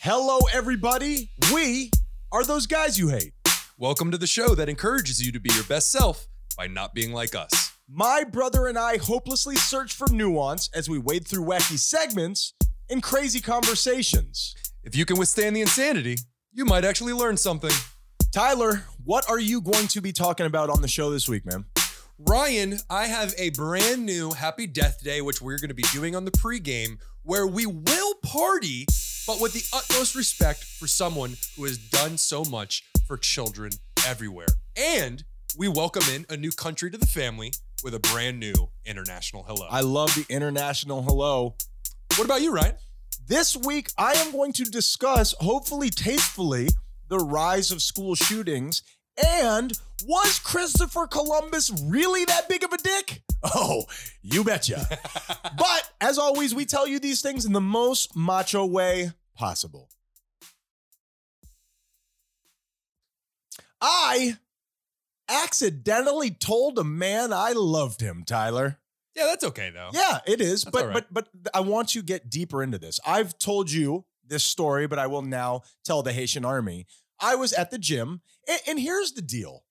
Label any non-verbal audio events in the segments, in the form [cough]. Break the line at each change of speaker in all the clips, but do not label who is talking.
Hello, everybody. We are those guys you hate.
Welcome to the show that encourages you to be your best self by not being like us.
My brother and I hopelessly search for nuance as we wade through wacky segments and crazy conversations.
If you can withstand the insanity, you might actually learn something.
Tyler, what are you going to be talking about on the show this week, man?
Ryan, I have a brand new Happy Death Day, which we're going to be doing on the pregame, where we will party, but with the utmost respect for someone who has done so much for children everywhere. And we welcome in a new country to the family with a brand new international hello.
I love the international hello.
what about you, Ryan?
This week, I am going to discuss, hopefully tastefully, the rise of school shootings and was Christopher Columbus really that big of a dick? [laughs] Oh, you betcha. but as always, we tell you these things in the most macho way possible. I accidentally told a man I loved him, Tyler.
Yeah, that's okay though.
Yeah, it is.
That's
but
all right.
but but I want you to get deeper into this. I've told you this story, but I will now tell the Haitian army. I was at the gym, and, and here's the deal.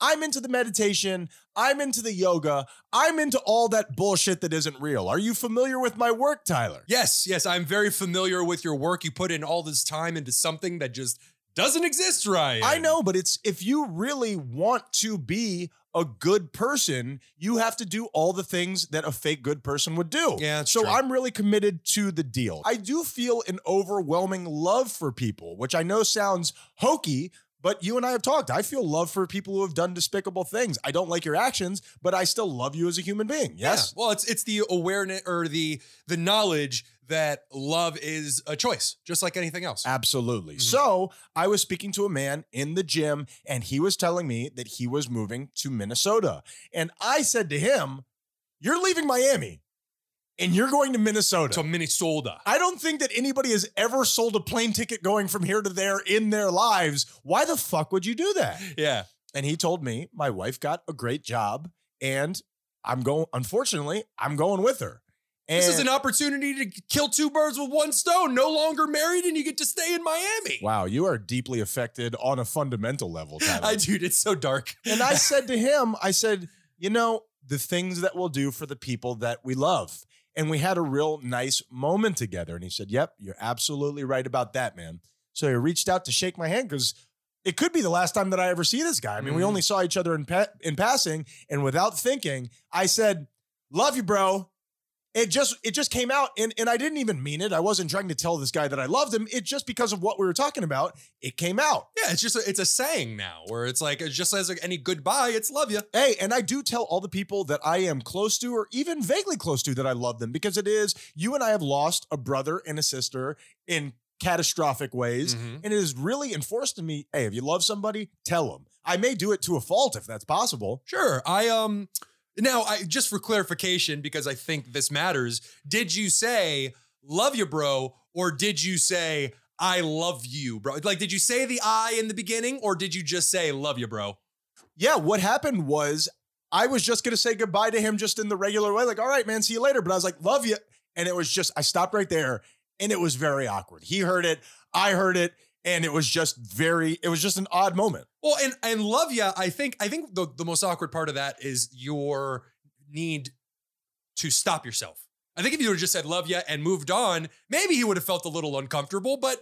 I'm into the meditation. I'm into the yoga. I'm into all that bullshit that isn't real. Are you familiar with my work, Tyler?
Yes, yes, I'm very familiar with your work. You put in all this time into something that just doesn't exist, Ryan.
I know, but it's if you really want to be a good person, you have to do all the things that a fake good person would do.
Yeah, that's
so
true.
I'm really committed to the deal. I do feel an overwhelming love for people, which I know sounds hokey, but you and I have talked. I feel love for people who have done despicable things. I don't like your actions, but I still love you as a human being.
Yeah,
Yes.
Well, it's it's the awareness or the the knowledge that love is a choice, just like anything else.
Absolutely.
Mhm.
So I was speaking to a man in the gym, and he was telling me that he was moving to Minnesota. And I said to him, You're leaving Miami and you're going to Minnesota.
So Minnesota.
I don't think that anybody has ever sold a plane ticket going from here to there in their lives. Why the fuck would you do that?
Yeah.
And he told me, My wife got a great job, and I'm going, unfortunately, I'm going with her. And
this is an opportunity to kill two birds with one stone. No longer married, and you get to stay in Miami.
Wow, you are deeply affected on a fundamental level. Tyler.
[laughs] I dude, it's so dark.
And I said to him, I said, you know, the things that we'll do for the people that we love. And we had a real nice moment together. And he said, Yep, you're absolutely right about that, man. So he reached out to shake my hand because it could be the last time that I ever see this guy. I mean, we
Mhm.
only saw each other in, pa- in passing. And without thinking, I said, Love you, bro. It just it just came out and, and I didn't even mean it. I wasn't trying to tell this guy that I loved him. It just because of what we were talking about, it came out.
Yeah, it's just a, it's a saying now where it's like it's just as any goodbye, it's love you.
Hey, and I do tell all the people that I am close to or even vaguely close to that I love them because it is you and I have lost a brother and a sister in catastrophic
Mm-hmm.
ways. And it is really enforced in me hey, if you love somebody, tell them. I may do it to a fault if that's possible.
Sure. I um now I just for clarification because I think this matters. Did you say love you, bro, or did you say I love you, bro? Like, did you say the I in the beginning, or did you just say love you, bro?
Yeah, what happened was I was just going to say goodbye to him just in the regular way, like, all right, man, see you later. But I was like, love you. And it was just, I stopped right there and it was very awkward. He heard it, I heard it, and it was just very, it was just an odd moment.
Well, and and love you. I think I think the the most awkward part of that is your need to stop yourself. I think if you would have just said love you and moved on, maybe he would have felt a little uncomfortable, but.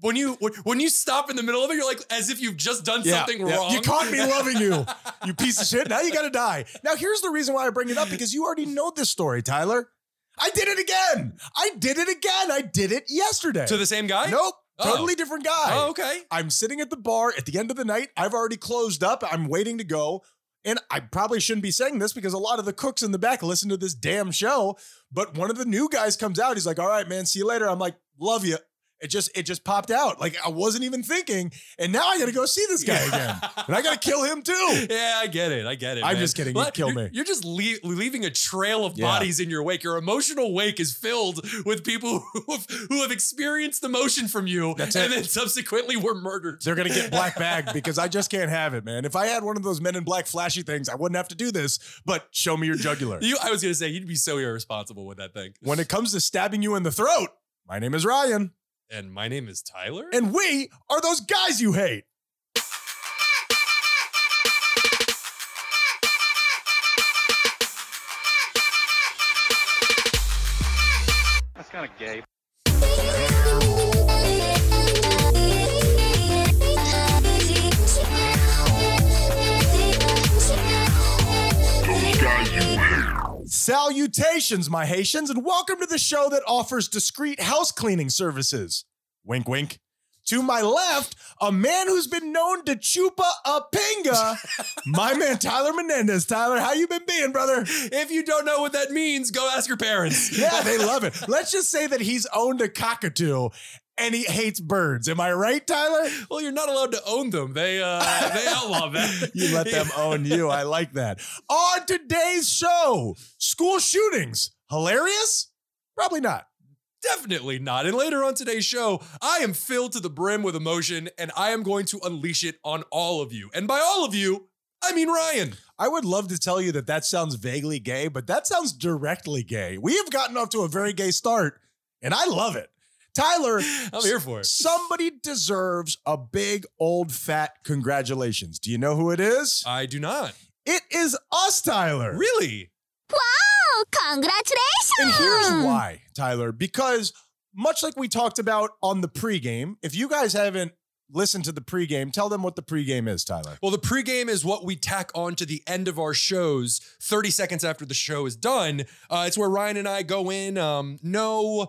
When you when- when you stop in the middle of it, you're like as if you've just done something
yeah.
wrong.
You caught
[laughs]
me loving you, you piece of shit. Now you gotta die. Now here's the reason why I bring it up because you already know this story, Tyler. I did it again. I did it again. I did it yesterday.
To the same guy?
nope,
Oh.
totally different guy.
Oh, okay.
I'm sitting at the bar at the end of the night. I've already closed up. I'm waiting to go. And I probably shouldn't be saying this because a lot of the cooks in the back listen to this damn show. But one of the new guys comes out. He's like, "All right, man, see you later." I'm like, "Love you." It just it just popped out. Like I wasn't even thinking. And now I got to go see this guy again, and I got to kill him too.
[laughs] Yeah, I get it. I get it.
I'm
man.
just kidding. You'd
But
kill
you're,
me.
You're just lea- leaving a trail of
Yeah.
bodies in your wake. Your emotional wake is filled with people [laughs] who have, who have experienced emotion from you
That's
and
it.
then subsequently were murdered.
They're gonna get black bagged because I just can't have it, man. If I had one of those Men in Black flashy things, I wouldn't have to do this. But show me your [laughs] jugular.
You, I was going to say, you'd be so irresponsible with that thing.
When it comes to stabbing you in the throat, my name is Ryan.
And my name is Tyler.
And we are those guys you hate.
That's kind of gay.
Those guys you hate.
Salutations, my Haitians, and welcome to the show that offers discreet house cleaning services. Wink, wink. To my left, a man who's been known to chupa a pinga, my man Tyler Menendez. Tyler, how you been being, brother?
if you don't know what that means, go ask your parents.
Yeah, they love it. Let's just say that he's owned a cockatoo and he hates birds. Am I right, Tyler?
[laughs] Well, you're not allowed to own them. They uh, they outlaw that.
[laughs] You let
[laughs]
them own you. I like that. On today's show, school shootings. Hilarious? Probably not.
Definitely not. And later on today's show, I am filled to the brim with emotion, and I am going to unleash it on all of you. And by all of you, I mean Ryan.
I would love to tell you that that sounds vaguely gay, but that sounds directly gay. We have gotten off to a very gay start, and I love it.
[laughs]
Tyler,
I'm here for it.
somebody deserves a big old fat congratulations. Do you know who it is?
I do not
It is us, Tyler.
really.
Oh, congratulations!
And here's why, Tyler, because much like we talked about on the pregame, if you guys haven't listened to the pregame, tell them what the pregame is, Tyler.
Well, the pregame is what we tack on to the end of our shows 30 seconds after the show is done. Uh, it's where Ryan and I go in. Um, no,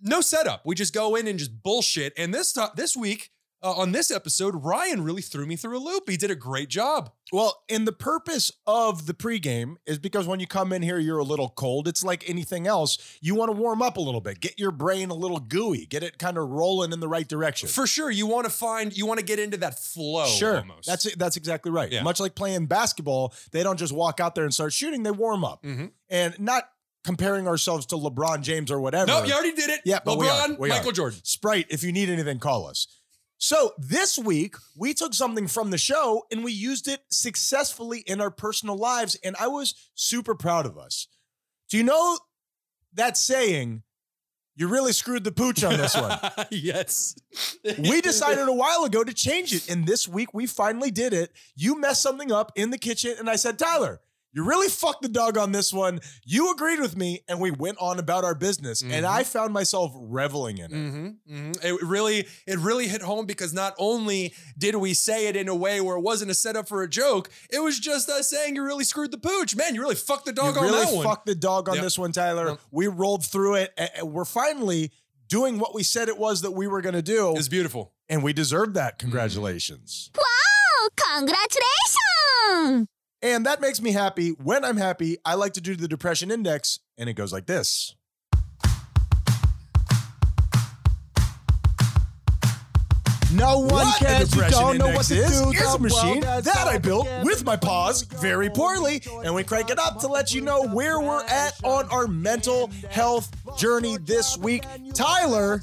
no setup. We just go in and just bullshit. And this to- this week uh, on this episode, Ryan really threw me through a loop. He did a great job.
Well, and the purpose of the pregame is because when you come in here, you're a little cold. It's like anything else. You want to warm up a little bit, get your brain a little gooey, get it kind of rolling in the right direction. Oh,
For sure, you want to find, you want to get into that flow.
sure.
almost.
That's it. That's exactly right.
Yeah.
Much like playing basketball, they don't just walk out there and start shooting, they warm up.
Mhm.
And not comparing ourselves to LeBron James or whatever.
Nope, you already did it.
Yeah, but we are.
LeBron,
We are.
Michael Jordan.
Sprite, if you need anything, call us. So this week, we took something from the show and we used it successfully in our personal lives. And I was super proud of us. Do you know that saying? You really screwed the pooch on this one.
[laughs] yes.
we
[laughs]
decided a while ago to change it. And this week, we finally did it. You messed something up in the kitchen. And I said, Tyler, you really fucked the dog on this one. You agreed with me. And we went on about our business. And
Mhm.
I found myself reveling in it.
hmm hmm It really, it really hit home because not only did we say it in a way where it wasn't a setup for a joke, it was just us saying you really screwed the pooch, man. You really fucked the dog
you
on
really
that one.
fucked the dog on
Yep.
this one, Tyler.
Yep.
We rolled through it. And and we're finally doing what we said it was that we were going to do,
It's beautiful.
and we deserve
Mm.
that. Congratulations.
Wow, congratulations!
And that makes me happy. When I'm happy, I like to do the depression index, and it goes like this. No one
What the
cares. You
depression
don't know what
index
to
is?
do.
Here's
Here's a
a
machine
world that's
that I
all
built
together.
with my paws very poorly, and we crank it up to let you know where we're at on our mental health journey this week. Tyler,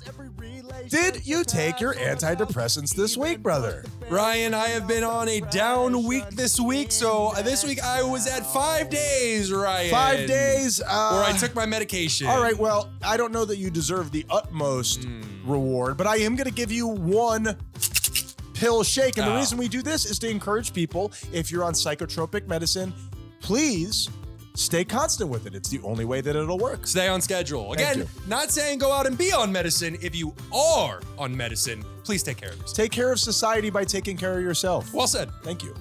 did you take your antidepressants this week, brother?
Ryan, I have been on a down week this week. So uh, this week I was at five days, Ryan.
Five days. Uh,
Where I took my medication.
All right, well, I don't know that you deserve the utmost
Hmm.
reward, but I am going to give you one pill shake. And the
Ah.
reason we do this is to encourage people if you're on psychotropic medicine, please stay constant with it. It's the only way that it'll work.
Stay on schedule.
Thank
Again, not saying go out and be on medicine. If you are on medicine, please take care of yourself.
Take care of society by taking care of yourself.
Well said.
Thank you.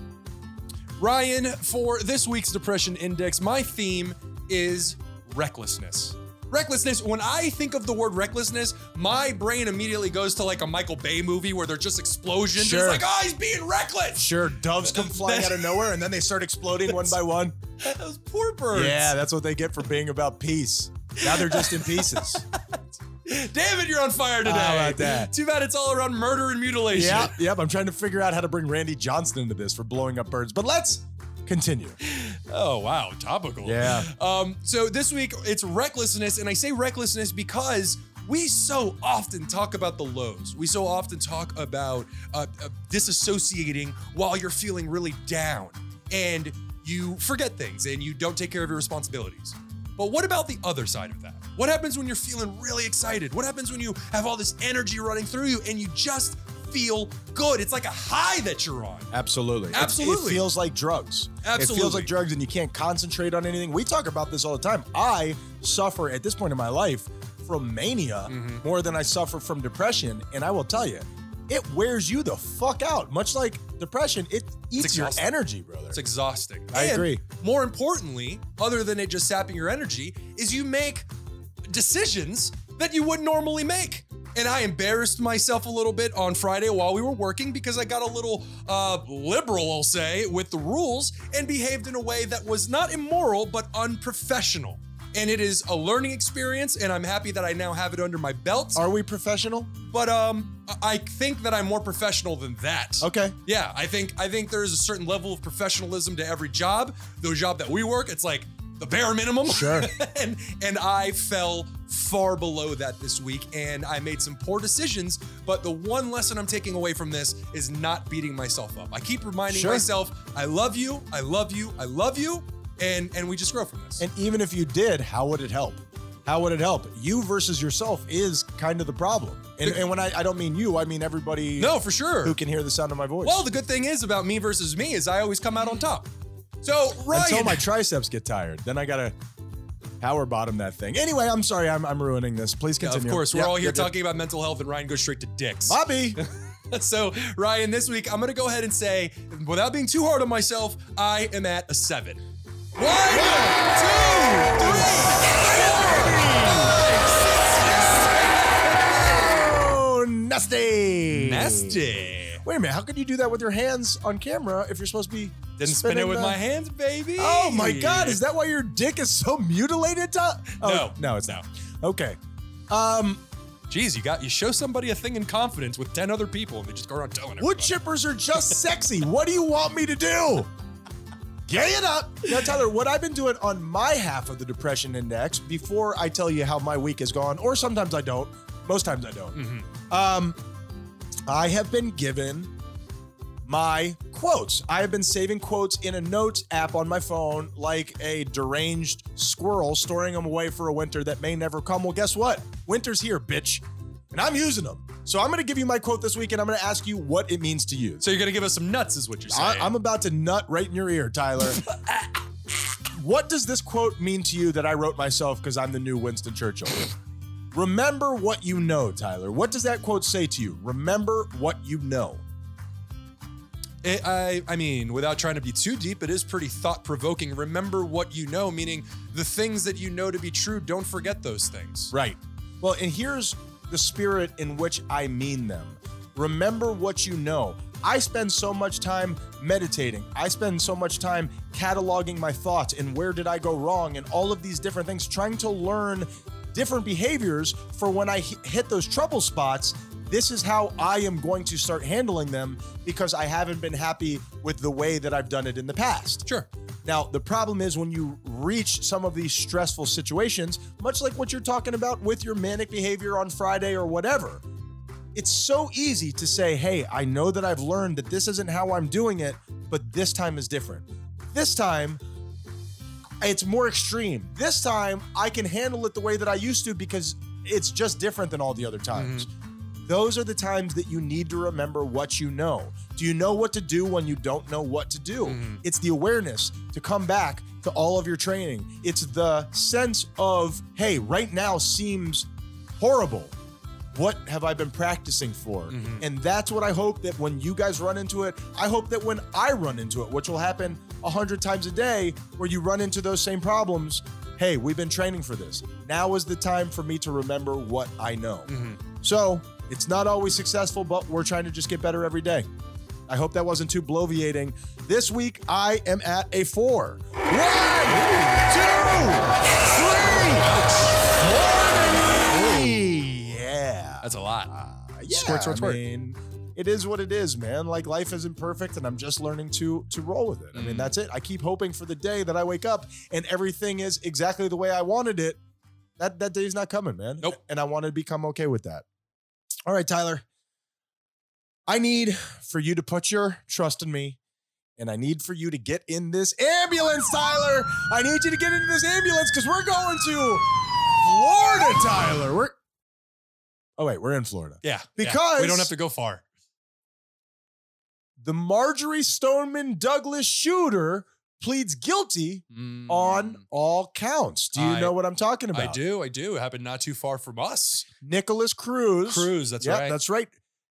Ryan, for this week's Depression Index, my theme is recklessness. Recklessness, when I think of the word recklessness, my brain immediately goes to like a Michael Bay movie where there's just explosions.
Sure.
It's like, oh, he's being reckless.
Sure, doves come flying out of nowhere and then they start exploding one by one.
Those poor birds.
Yeah, that's what they get for being about peace. Now they're just in pieces.
David, you're on fire today.
How about that?
Too bad it's all around murder and mutilation.
Yep, yep. I'm trying to figure out how to bring Randy Johnson into this for blowing up birds. But let's continue.
Oh, wow. Topical.
Yeah.
Um, so this week it's recklessness, and I say recklessness because we so often talk about the lows. We so often talk about uh, uh, disassociating while you're feeling really down, and you forget things and you don't take care of your responsibilities. But what about the other side of that? What happens when you're feeling really excited? What happens when you have all this energy running through you and you just feel good? It's like a high that you're on.
Absolutely. It- It,
Absolutely.
feels like drugs. It feels
Absolutely.
like drugs, and you can't concentrate on anything. We talk about this all the time. I suffer at this point in my life from mania
Mm-hmm.
more than I suffer from depression. And I will tell you, it wears you the fuck out. Much like depression, it eats your
exhausting.
energy, brother.
It's exhausting.
I
And
agree.
More importantly, other than it just sapping your energy, is you make decisions that you wouldn't normally make. And I embarrassed myself a little bit on Friday while we were working because I got a little uh, liberal, I'll say, with the rules and behaved in a way that was not immoral but unprofessional. And it is a learning experience, and I'm happy that I now have it under my belt.
Are we professional?
But um, I- I think that I'm more professional than that.
Okay.
Yeah, I think I think there is a certain level of professionalism to every job. The job that we work, it's like the bare minimum.
Sure.
[laughs] and and I fell far below that this week, and I made some poor decisions. But the one lesson I'm taking away from this is not beating myself up. I keep reminding
Sure.
myself, I love you, I love you, I love you, and and we just grow from this.
And even if you did, how would it help? How would it help? You versus yourself is kind of the problem. And, and when I, I don't mean you, I mean everybody
no, for sure.
who can hear the sound of my voice.
well, the good thing is about me versus me is I always come out on top. So Ryan,
until
[laughs]
my triceps get tired. Then I gotta power bottom that thing. Anyway, I'm sorry, I'm, I'm ruining this. Please
Yeah,
continue.
of course, we're
Yeah,
all here
you're good.
talking about mental health, and Ryan goes straight to dicks. [laughs]
Bobby,
So, Ryan, this week I'm gonna go ahead and say, without being too hard on myself, I am at a seven. One, two, three.
oh, nasty,
Nasty.
Wait a minute, how could you do that with your hands on camera if you're supposed to be?
Didn't spin it
spinning
with
the-
my hands, baby.
Oh my God, is that why your dick is so [laughs] mutilated? To- oh,
No.
no, it's
No.
not. Okay, um,
Jeez, you got you show somebody a thing in confidence with ten other people, and they just go around telling
wood
everybody.
chippers are just sexy. What do you want me to do? Gay it up. Now, Tyler, what I've been doing on my half of the depression index before I tell you how my week has gone, or sometimes I don't, most times I don't.
Mhm.
Um, I have been given my quotes. I have been saving quotes in a notes app on my phone like a deranged squirrel, storing them away for a winter that may never come. Well, guess what? Winter's here, bitch. And I'm using them. So I'm going to give you my quote this week and I'm going to ask you what it means to you.
So you're gonna give us some nuts, is what you're
I,
saying.
I'm about to nut right in your ear, Tyler. what does this quote mean to you that I wrote myself because I'm the new Winston Churchill? Remember what you know, Tyler. What does that quote say to you? Remember what you know.
It, I, I mean, without trying to be too deep, it is pretty thought provoking. Remember what you know, meaning the things that you know to be true, don't forget those things.
Right. Well, and here's the spirit in which I mean them. Remember what you know. I spend so much time meditating. I spend so much time cataloging my thoughts and where did I go wrong and all of these different things, trying to learn different behaviors for when I hi- hit those trouble spots. This is how I am going to start handling them because I haven't been happy with the way that I've done it in the past.
Sure.
Now, the problem is when you reach some of these stressful situations, much like what you're talking about with your manic behavior on Friday or whatever, it's so easy to say, hey, I know that I've learned that this isn't how I'm doing it, but this time is different. This time, it's more extreme. This time, I can handle it the way that I used to because it's just different than all the other times. Those are the times that you need to remember what you know. Do you know what to do when you don't know what to do? It's the awareness to come back to all of your training. It's the sense of, hey, right now seems horrible. What have I been practicing for? And that's what I hope that when you guys run into it, I hope that when I run into it, which will happen a hundred times a day, where you run into those same problems, hey, we've been training for this. Now is the time for me to remember what I know. So it's not always successful, but we're trying to just get better every day. I hope that wasn't too bloviating. This week, I am at a four. One, two, three. Yeah.
That's a lot.
Yeah.
Squirt, squirt, squirt.
I mean, it is what it is, man. Like life isn't perfect, and I'm just learning to to roll with it. I
Mm-hmm.
mean, that's it. I keep hoping for the day that I wake up and everything is exactly the way I wanted it. That that day's not coming, man.
Nope.
And I want to become okay with that. All right, Tyler. I need for you to put your trust in me And I need for you to get in this ambulance, Tyler. I need you to get into this ambulance because we're going to Florida, Tyler. We're oh wait, we're in Florida.
Yeah.
Because-
we don't have to go far.
The Marjorie Stoneman Douglas shooter pleads guilty on all counts. Do you
Hmm. I-
know what I'm talking
Mm, I
about?
do, I do. It happened not too far from us.
Nicholas Cruz.
Cruise, that's
yeah,
right.
that's right.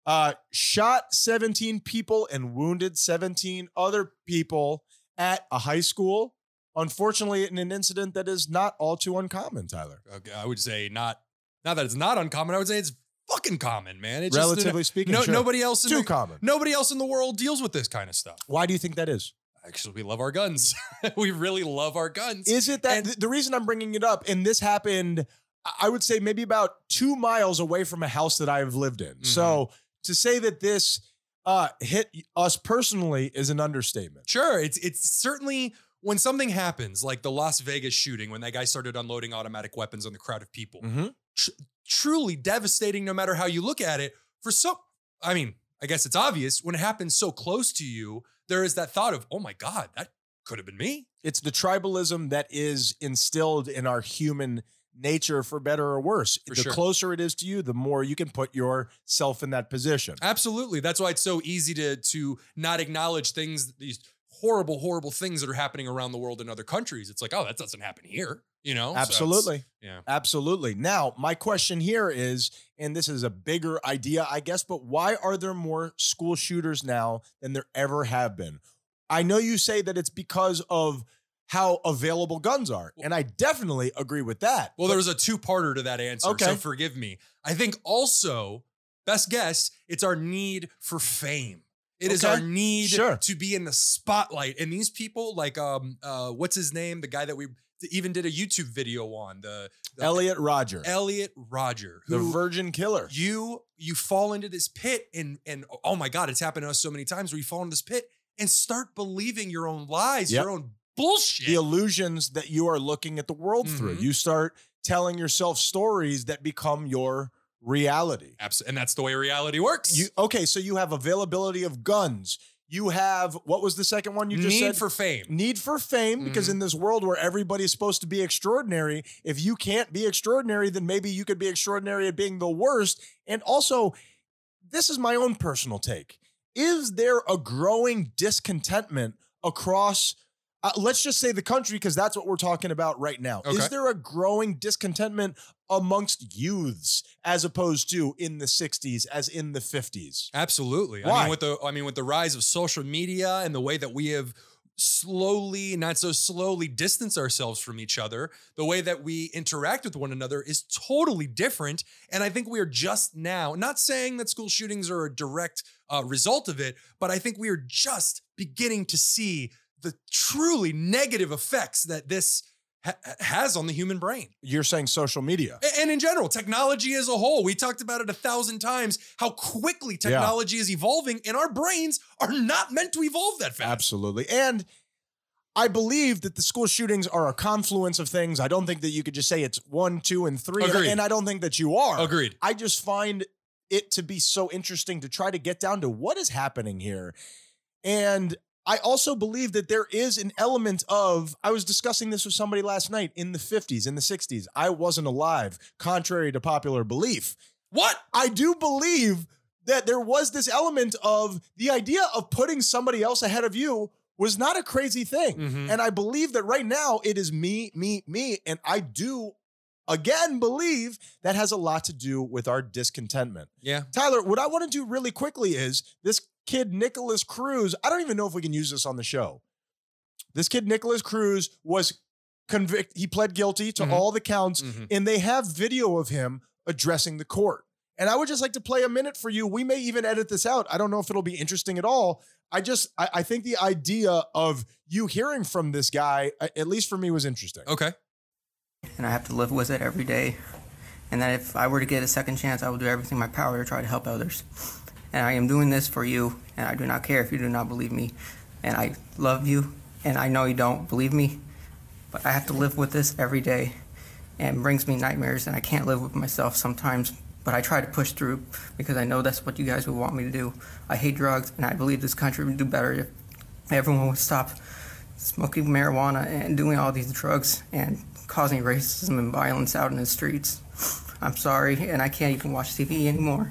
Uh, shot 17 people and wounded 17 other people at a high school. Unfortunately, in an incident that is not all too uncommon, Tyler.
Okay, I would say not not that it's not uncommon. I would say it's fucking common, man. It's just-
Relatively speaking,
no,
sure.
nobody else in
too
the,
common.
nobody else in the world deals with this kind of stuff.
Why do you think that is?
Actually, we love our guns. [laughs] we really love our guns.
Is it that
And-
th- the reason I'm bringing it up? And this happened, I- I would say, maybe about two miles away from a house that I've lived
Mm-hmm.
in. So to say that this uh, hit us personally is an understatement.
Sure, it's it's certainly when something happens, like the Las Vegas shooting, when that guy started unloading automatic weapons on the crowd of people.
Mhm.
Truly devastating, no matter how you look at it. For some, I mean, I guess it's obvious when it happens so close to you. There is that thought of, oh my god, that could have been me.
It's the tribalism that is instilled in our human nature, for better or worse.
For
the
sure.
closer it is to you, the more you can put yourself in that position.
Absolutely, that's why it's so easy to to not acknowledge things these horrible, horrible things that are happening around the world in other countries. It's like, oh, that doesn't happen here. You know, So it's-
Absolutely.
yeah.
Absolutely. Now, my question here is, and this is a bigger idea, I guess, but why are there more school shooters now than there ever have been? I know you say that it's because of how available guns are, and I definitely agree with that.
Well, there was a two-parter to that answer, so
Okay.
forgive me. I think also, best guess, it's our need for fame. It is
Okay.
our need
Sure.
to be in the spotlight. And these people, like um, uh, what's his name? The guy that we even did a YouTube video on, the, the
Elliot Roger,
Elliot Roger,
the
who
virgin killer.
you you fall into this pit and and oh my god, it's happened to us so many times where you fall into this pit and start believing your own lies,
Yep.
your own bullshit.
the illusions that you are looking at the world through.
Mhm.
You start telling yourself stories that become your reality.
Abs- and that's the way reality works.
You okay, so you have availability of guns. You have what was the second one you just
need
said?
for fame.
Need for fame, because
Mhm.
in this world where everybody's supposed to be extraordinary, if you can't be extraordinary, then maybe you could be extraordinary at being the worst. And also, this is my own personal take. Is there a growing discontentment across, uh, let's just say the country, because that's what we're talking about right now?
Okay.
Is there a growing discontentment amongst youths as opposed to in the 60s, as in the 50s?
Absolutely. I
Why?
mean with the I mean with the rise of social media and the way that we have slowly, not so slowly distance ourselves from each other, the way that we interact with one another is totally different and I think we are just now, not saying that school shootings are a direct uh, result of it, but I think we are just beginning to see the truly negative effects that this ha- has on the human brain.
You're saying social media.
A- And in general, technology as a whole, we talked about it a thousand times how quickly technology is evolving, and our brains are not meant to evolve that fast.
Absolutely. And I believe that the school shootings are a confluence of things. I don't think that you could just say it's one, two, and three. and-
Agreed.
And I don't think that you are.
Agreed.
I just find it to be so interesting to try to get down to what is happening here. And I also believe that there is an element of, I was discussing this with somebody last night in the 50s, in the 60s. I wasn't alive, contrary to popular belief.
What?
I do believe that there was this element of the idea of putting somebody else ahead of you was not a crazy thing.
Mhm.
And I believe that right now it is me, me, me. And I do, again, believe that has a lot to do with our discontentment.
Yeah.
Tyler, what I want to do really quickly is this kid, Nicholas Cruz. I don't even know if we can use this on the show. This kid, Nicholas Cruz, was convicted, he pled guilty to
Mhm.
all the counts
Mhm.
and they have video of him addressing the court. And I would just like to play a minute for you. We may even edit this out. I don't know if it'll be interesting at all. I just, I, I think the idea of you hearing from this guy, a- at least for me, was interesting.
Okay.
and I have to live with it every day. And that if I were to get a second chance, I will do everything in my power to try to help others. And I am doing this for you, and I do not care if you do not believe me. And I love you, and I know you don't believe me, but I have to live with this every day. And it brings me nightmares, and I can't live with myself sometimes. But I try to push through because I know that's what you guys would want me to do. I hate drugs, and I believe this country would do better if everyone would stop smoking marijuana and doing all these drugs and causing racism and violence out in the streets. I'm sorry, and I can't even watch TV anymore.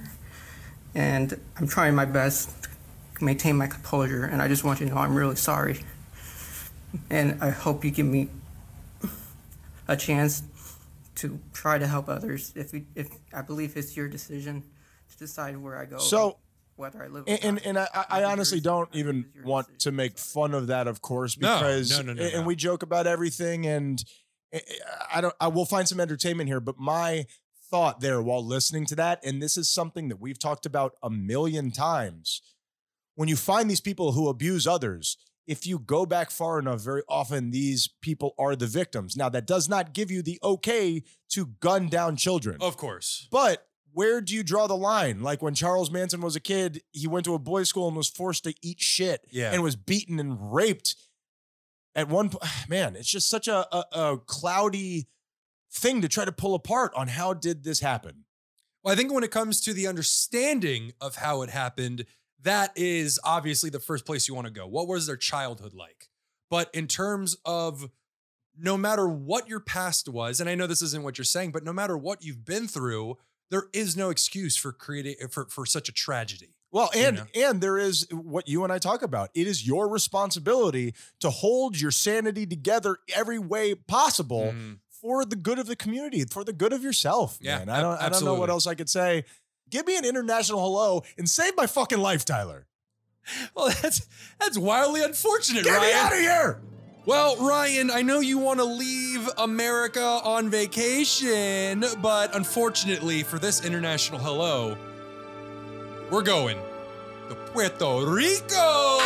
And I'm trying my best to maintain my composure, and I just want you to know I'm really sorry. And I hope you give me a chance to try to help others. If you, if I believe it's your decision to decide where I go,
So-
whether I live or
And and,
not.
and I, I- I
It's
honestly
yours.
don't even
It's your
want to
decision.
make fun of that, of course,
No,
because
no, no, no,
and
no.
we joke about everything, and I- I don't. I will find some entertainment here, but my thought there while listening to that, and this is something that we've talked about a million times. When you find these people who abuse others, if you go back far enough, very often these people are the victims. Now, that does not give you the okay to gun down children.
Of course.
But where do you draw the line? Like when Charles Manson was a kid, he went to a boys' school and was forced to eat shit
Yeah.
and was beaten and raped. At one point, [sighs] man, it's just such a, a, a cloudy thing to try to pull apart on how did this happen.
Well, I think when it comes to the understanding of how it happened, that is obviously the first place you want to go. What was their childhood like? But in terms of no matter what your past was, and I know this isn't what you're saying, but no matter what you've been through, there is no excuse for creating for, for such a tragedy.
Well,
You
and
know?
and there is what you and I talk about. It is your responsibility to hold your sanity together every way possible. for the good of the community, for the good of yourself,
Yeah,
man. I don't,
ab-
I don't know what
absolutely.
else I could say. Give me an international hello and save my fucking life, Tyler.
Well, [laughs] that's that's wildly unfortunate,
Get me
Ryan.
out of here.
Well, Ryan, I know you want to leave America on vacation, but unfortunately for this international hello, we're going to Puerto Rico.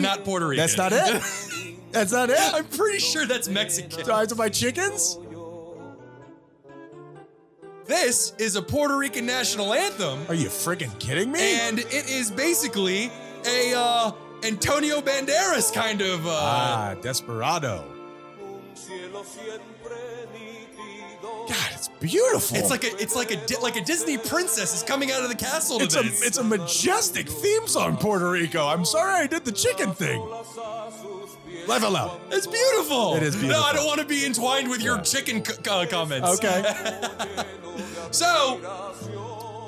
Not Puerto Rico.
That's not it. That's not it.
I'm [laughs]
[laughs]
pretty sure that's Mexican.
So I have to buy chickens.
This is a Puerto Rican national anthem,
Are you freaking kidding me?
and it is basically a uh, Antonio Banderas kind of. Uh,
ah, desperado. God, it's beautiful.
It's like a it's like a Di- like a Disney princess is coming out of the castle to
it's
this.
a it's a majestic theme song, Puerto Rico. I'm sorry I did the chicken thing. Level up.
It's beautiful.
It is
No,
beautiful.
I don't want to be entwined with your
Yeah.
chicken c- uh, comments.
Okay.
So,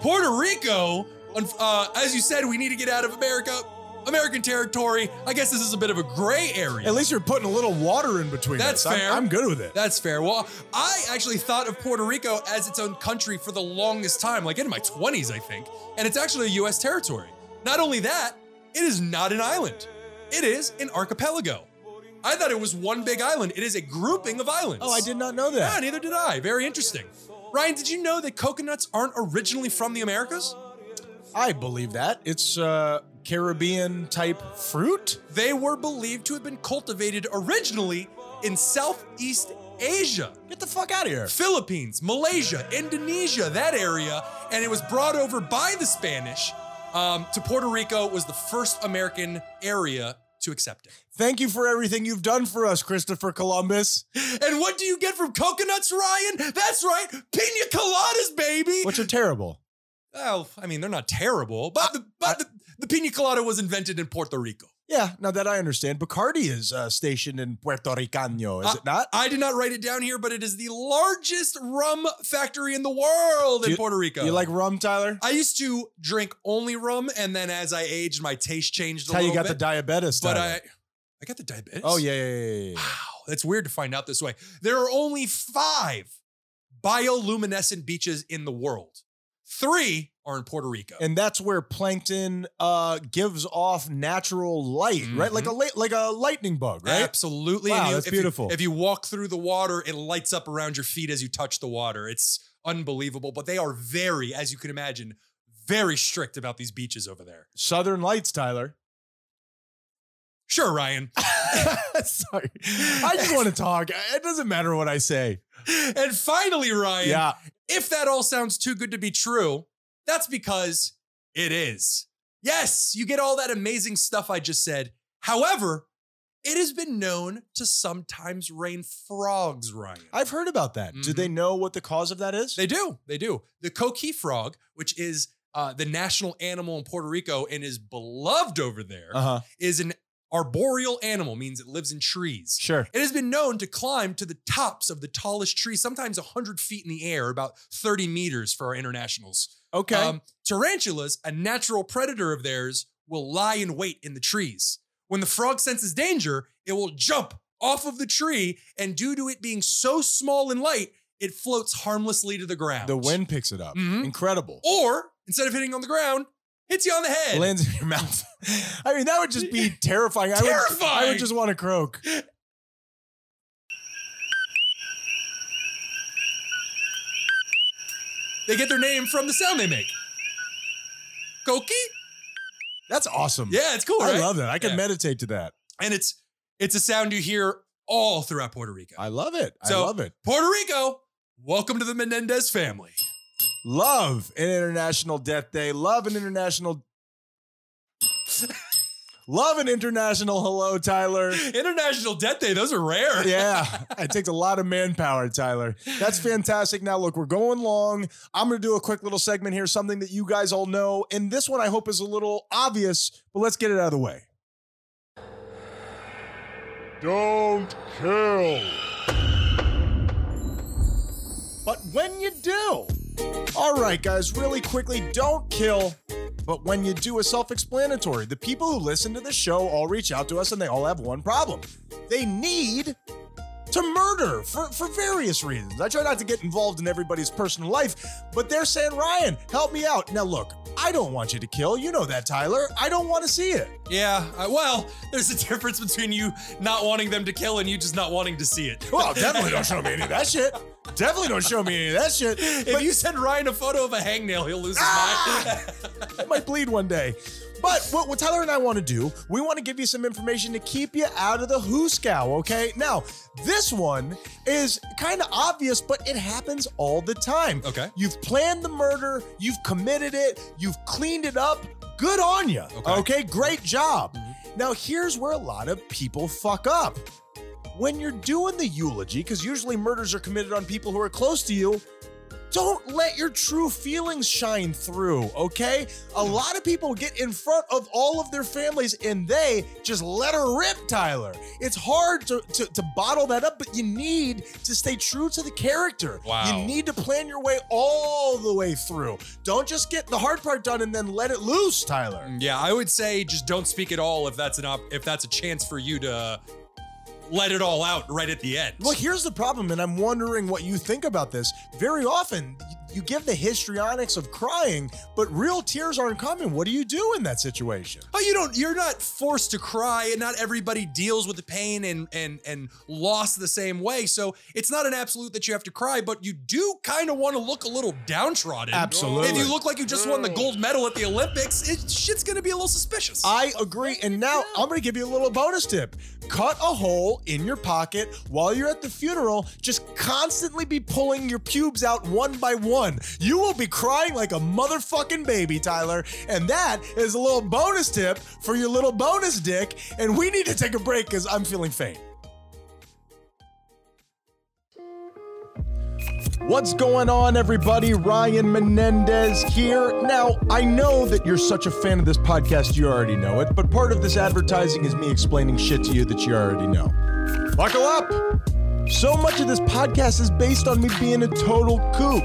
Puerto Rico, un- uh, as you said, we need to get out of America, American territory. I guess this is a bit of a gray area.
At least you're putting a little water in between.
That's
us. I'm-
fair.
I'm, good with it.
That's fair. Well, I actually thought of Puerto Rico as its own country for the longest time, like in my 20s, I think. And it's actually a U.S. territory. Not only that, it is not an island, it is an archipelago. I thought it was one big island. It is a grouping of islands.
oh, I did not
[laughs]
know
Yeah,
that.
neither did I. Very interesting. Ryan, did you know that coconuts aren't originally from the Americas?
I believe that. It's uh, Caribbean type fruit.
They were believed to have been cultivated originally in Southeast Asia.
Get the fuck out of here.
Philippines, Malaysia, Indonesia, that area, and it was brought over by the Spanish um, to Puerto Rico. Was the first American area to accept it.
Thank you for everything you've done for us, Christopher Columbus.
And what do you get from coconuts, Ryan? That's right, pina coladas, baby.
Which are
[laughs]
terrible.
Well, I mean, they're not terrible, but the, but the, the pina colada was invented in Puerto Rico.
Yeah, now that I understand, Bacardi is uh, stationed in Puerto Ricano, is
Uh,
it not?
I did not write it down here, but it is the largest rum factory in the world
Do
in
you-
Puerto Rico.
You like rum, Tyler?
I used to drink only rum, and then as I aged, my taste changed a
That's how
little
you got
bit.
the diabetes.
but
Tyler.
I, I got the diabetes.
oh yeah, yeah, yeah, yeah.
[sighs] Wow, that's weird to find out this way. There are only five bioluminescent beaches in the world. Three are in Puerto Rico.
And that's where plankton uh, gives off natural light, right? Like a la-
Mm-hmm.
like a lightning bug, right?
Absolutely.
Wow,
And
that's
if you-
beautiful.
if you walk through the water, it lights up around your feet as you touch the water. It's unbelievable. But they are very, as you can imagine, very strict about these beaches over there.
Southern Lights,
[laughs]
Tyler.
Sure, Ryan. [laughs]
Sorry, I just want to talk. It doesn't matter what I say.
and finally, Ryan,
Yeah,
if that all sounds too good to be true, that's because it is. Yes, you get all that amazing stuff I just said. However, it has been known to sometimes rain frogs, Ryan.
I've heard about that. Do
Mhm.
they know what the cause of that is?
They do. They do. The coqui frog, which is uh, the national animal in Puerto Rico and is beloved over there, is
Uh huh.
an arboreal animal, means it lives in trees.
Sure.
It has been known to climb to the tops of the tallest trees, sometimes 100 feet in the air, about 30 meters for our internationals.
Okay.
Um, tarantulas, a natural predator of theirs, will lie in wait in the trees. When the frog senses danger, it will jump off of the tree, and due to it being so small and light, it floats harmlessly to the ground.
the wind picks it up.
Mhm.
Incredible.
Or instead of hitting on the ground, hits you on the head.
Lands in your mouth. [laughs] I mean, that would just
[laughs]
be terrifying. I would, I
Terrifying!
would just want to croak.
they get their name from the sound they make. Koki?
That's awesome.
Yeah, it's cool,
I
right?
love that. I could
Yeah.
meditate to that.
and it's it's a sound you hear all throughout Puerto Rico.
I love it.
So-
I love it.
Puerto Rico, welcome to the Menendez family. [laughs]
Love an International Death Day. Love an international. [laughs] love an international hello, Tyler.
International Death Day, those are rare.
[laughs] yeah, it takes a lot of manpower, Tyler. That's fantastic. Now, look, we're going long. I'm going to do a quick little segment here, something that you guys all know. And this one I hope is a little obvious, but let's get it out of the way. Don't kill. But when you do. All right, guys, really quickly, don't kill. But when you do is self explanatory. The people who listen to the show all reach out to us and they all have one problem they need to murder for, for various reasons. I try not to get involved in everybody's personal life, but they're saying, Ryan, help me out. Now, look, I don't want you to kill. You know that, Tyler. I don't want to see it.
Yeah, I- well, there's a difference between you not wanting them to kill and you just not wanting to see it. [laughs]
Well, definitely don't show me any of that shit. Definitely don't show me any of that shit.
If you send Ryan a photo of a hangnail, he'll lose his
Ah!
mind.
I [laughs] might bleed one day. But what, what Tyler and I want to do, we want to give you some information to keep you out of the hooscow, okay? Now, this one is kind of obvious, but it happens all the time.
Okay.
You've planned the murder, you've committed it, you've cleaned it up. Good on you.
Okay. Mm-hmm.
great job. Now, here's where a lot of people fuck up. When you're doing the eulogy, because usually murders are committed on people who are close to you, don't let your true feelings shine through, okay? A lot of people get in front of all of their families and they just let her rip, Tyler. It's hard to, to, to bottle that up, but you need to stay true to the character.
Wow.
You need to plan your way all the way through. Don't just get the hard part done and then let it loose, Tyler.
[laughs] yeah, I would say just don't speak at all if that's an op- if that's a chance for you to let it all out right at the end.
Well, here's the problem, and I'm wondering what you think about this. Very often, y- you give the histrionics of crying, but real tears aren't coming. What do you do in that situation?
Oh, you don't. You're not forced to cry, and not everybody deals with the pain and and and loss the same way. So it's not an absolute that you have to cry, but you do kind of want to look a little downtrodden.
Absolutely.
If you look like you just won the gold medal at the Olympics, it, shit's gonna be a little suspicious.
I agree. And now I'm going to give you a little bonus tip. Cut a hole in your pocket while you're at the funeral. Just constantly be pulling your pubes out one by one. You will be crying like a motherfucking baby, Tyler. And that is a little bonus tip for your little bonus dick. And we need to take a break because I'm feeling faint. What's going on, everybody? Ryan Menendez here. Now, I know that you're such a fan of this podcast, you already know it, but part of this advertising is me explaining shit to you that you already know. Buckle up! So much of this podcast is based on me being a total kook.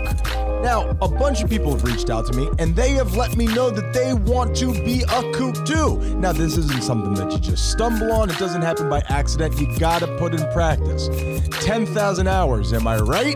Now, a bunch of people have reached out to me and they have let me know that they want to be a kook too. Now, this isn't something that you just stumble on, it doesn't happen by accident. You gotta put in practice. 10,000 hours, am I right?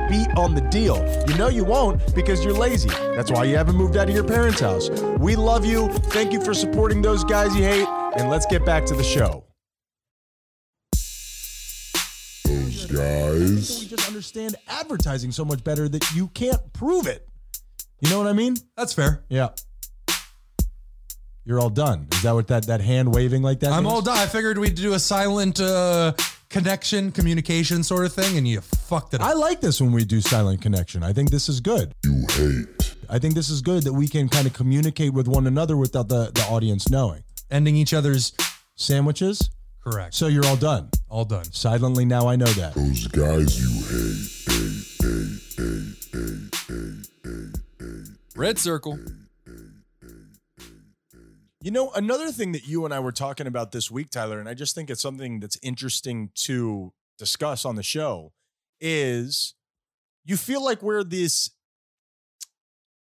beat on the deal. You know you won't because you're lazy. That's why you haven't moved out of your parents' house. We love you. Thank you for supporting those guys you hate, and let's get back to the show.
Those guys.
We just understand advertising so much better that you can't prove it. You know what I mean?
That's fair.
Yeah. You're all done. Is that what that that hand waving like that?
I'm
means?
all done. I figured we'd do a silent uh, connection, communication sort of thing, and you fucked it up.
I like this when we do silent connection. I think this is good.
You hate.
I think this is good that we can kind of communicate with one another without the, the audience knowing.
Ending each other's
Sandwiches.
correct.
So you're all done.
All done.
Silently now I know that.
Those guys you hate. Hey, hey, hey, hey, hey, hey, hey.
Red circle.
You know, another thing that you and I were talking about this week, Tyler, and I just think it's something that's interesting to discuss on the show is you feel like we're this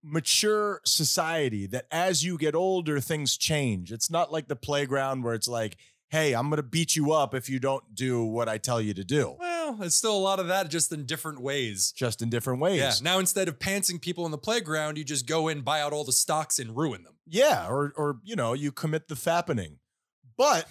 mature society that as you get older, things change. It's not like the playground where it's like, hey, I'm going to beat you up if you don't do what I tell you to do,
Well, it's still a lot of that, just in different ways.
just in different ways.
Yeah. Now instead of pantsing people in the playground, you just go in, buy out all the stocks, and ruin them.
Yeah, or or you know, you commit the fappening. But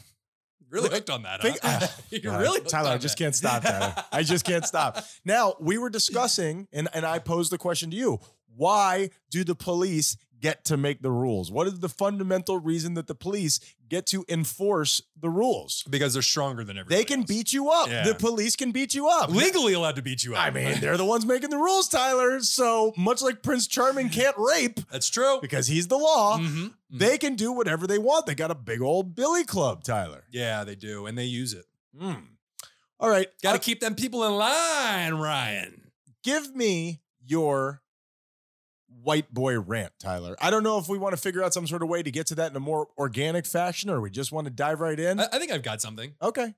Really
Look,
hooked on that.
think- [laughs]
huh? [laughs]
ah,
You're
God,
really hooked
Tyler,
on
I just
that.
can't stop, Tyler. I just can't stop. Now, we were discussing and and I posed the question to you. Why do the police get to make the rules? What is the fundamental reason that the police get to enforce the rules?
[laughs] because they're stronger than everybody.
They can
else.
beat you up.
Yeah.
The police can beat you up.
[laughs] legally allowed to beat you up.
I mean, [laughs] they're the ones making the rules, Tyler. So much like Prince Charming can't rape
[laughs] that's
[laughs]
true.
because he's the law,
Mhm.
they can do whatever they want. They got a big old billy club, Tyler. Hmm.
Yeah, they do, and they use it.
All right.
Got
uh,
to keep them people in line, Ryan.
give me your white boy rant, Tyler. I don't know if we want to figure out some sort of way to get to that in a more organic fashion or we just want to dive right in.
I, I think I've got something.
okay.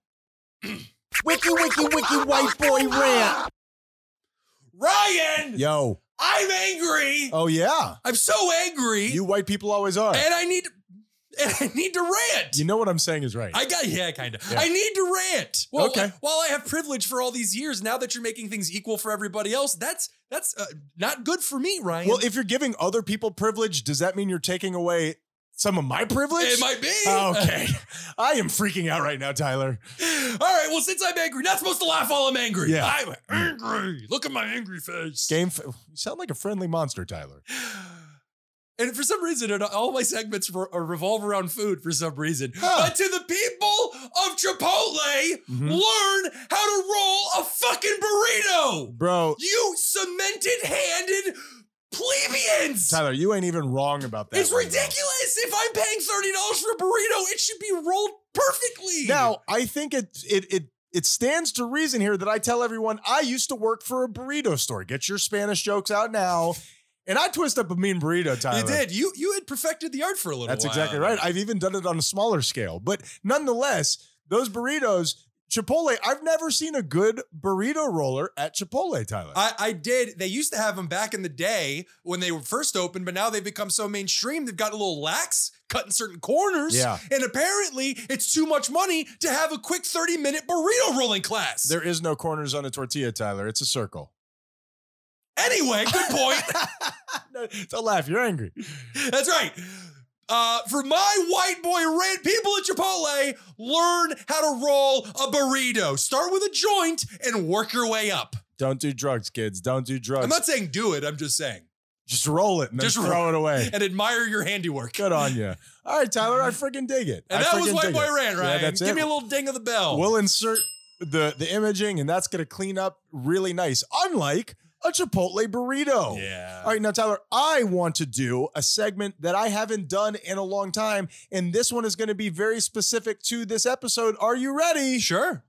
Uh, [clears throat] wiki, wiki, wiki, white boy rant.
Ryan,
Yo.
I'm angry.
Oh, yeah.
I'm so angry,
You white people always are.
and I need, [laughs] and I need to rant.
You know what I'm saying is right.
[laughs] I got yeah, kind of.
Yeah.
I need to rant. Well,
Okay.
While I have privilege for all these years, now that you're making things equal for everybody else, that's that's uh, not good for me, Ryan.
well, if you're giving other people privilege, does that mean you're taking away some of my privilege?
it might be.
Okay. I am freaking out right now, Tyler.
[laughs] all right. Well, since I'm angry, not supposed to laugh while I'm angry.
Yeah.
I'm angry. Look at my angry face.
Game, f- you sound like a friendly monster, Tyler.
And for some reason, it- all my segments re- are revolve around food for some reason.
Huh.
But to the people of Chipotle,
Mhm.
learn how to roll a fucking burrito.
Bro,
You cemented handed plebeians.
Tyler, you ain't even wrong about that.
it's
right now.
ridiculous. If I'm paying $30 for a burrito, it should be rolled perfectly.
Now, I think it it it it stands to reason here that I tell everyone I used to work for a burrito store. Get your Spanish jokes out now. And I twist up a mean burrito, Tyler.
you did. You you had perfected the art for a little
That's
while.
exactly right. I've even done it on a smaller scale. But nonetheless, those burritos, Chipotle, I've never seen a good burrito roller at Chipotle, Tyler.
I, I did. They used to have them back in the day when they were first opened, but now they've become so mainstream they've got a little lax, cutting certain corners.
Yeah.
And apparently, it's too much money to have a quick thirty-minute burrito rolling class.
there is no corners on a tortilla, Tyler. It's a
[laughs]
circle. [laughs]
anyway, good point.
No, Don't laugh. You're angry.
That's right. Uh, for my white boy rant, people at Chipotle learn how to roll a burrito. Start with a joint and work your way up.
Don't do drugs, kids. Don't do drugs.
I'm not saying do it. I'm just saying
just roll it and then
Just
throw
roll-
it
[laughs]
away.
and admire your handiwork.
Good on you. All right, Tyler, I freaking dig it.
And
I
that was
friggin'
White
dig
Boy
it.
Rant,
Yeah,
right?
that's
Give
it.
me a little ding of the bell.
We'll insert the the imaging, and that's gonna clean up really nice. Unlike a Chipotle burrito.
yeah.
All right, now Tyler, I want to do a segment that I haven't done in a long time, and this one is going to be very specific to this episode. Are you ready?
Sure.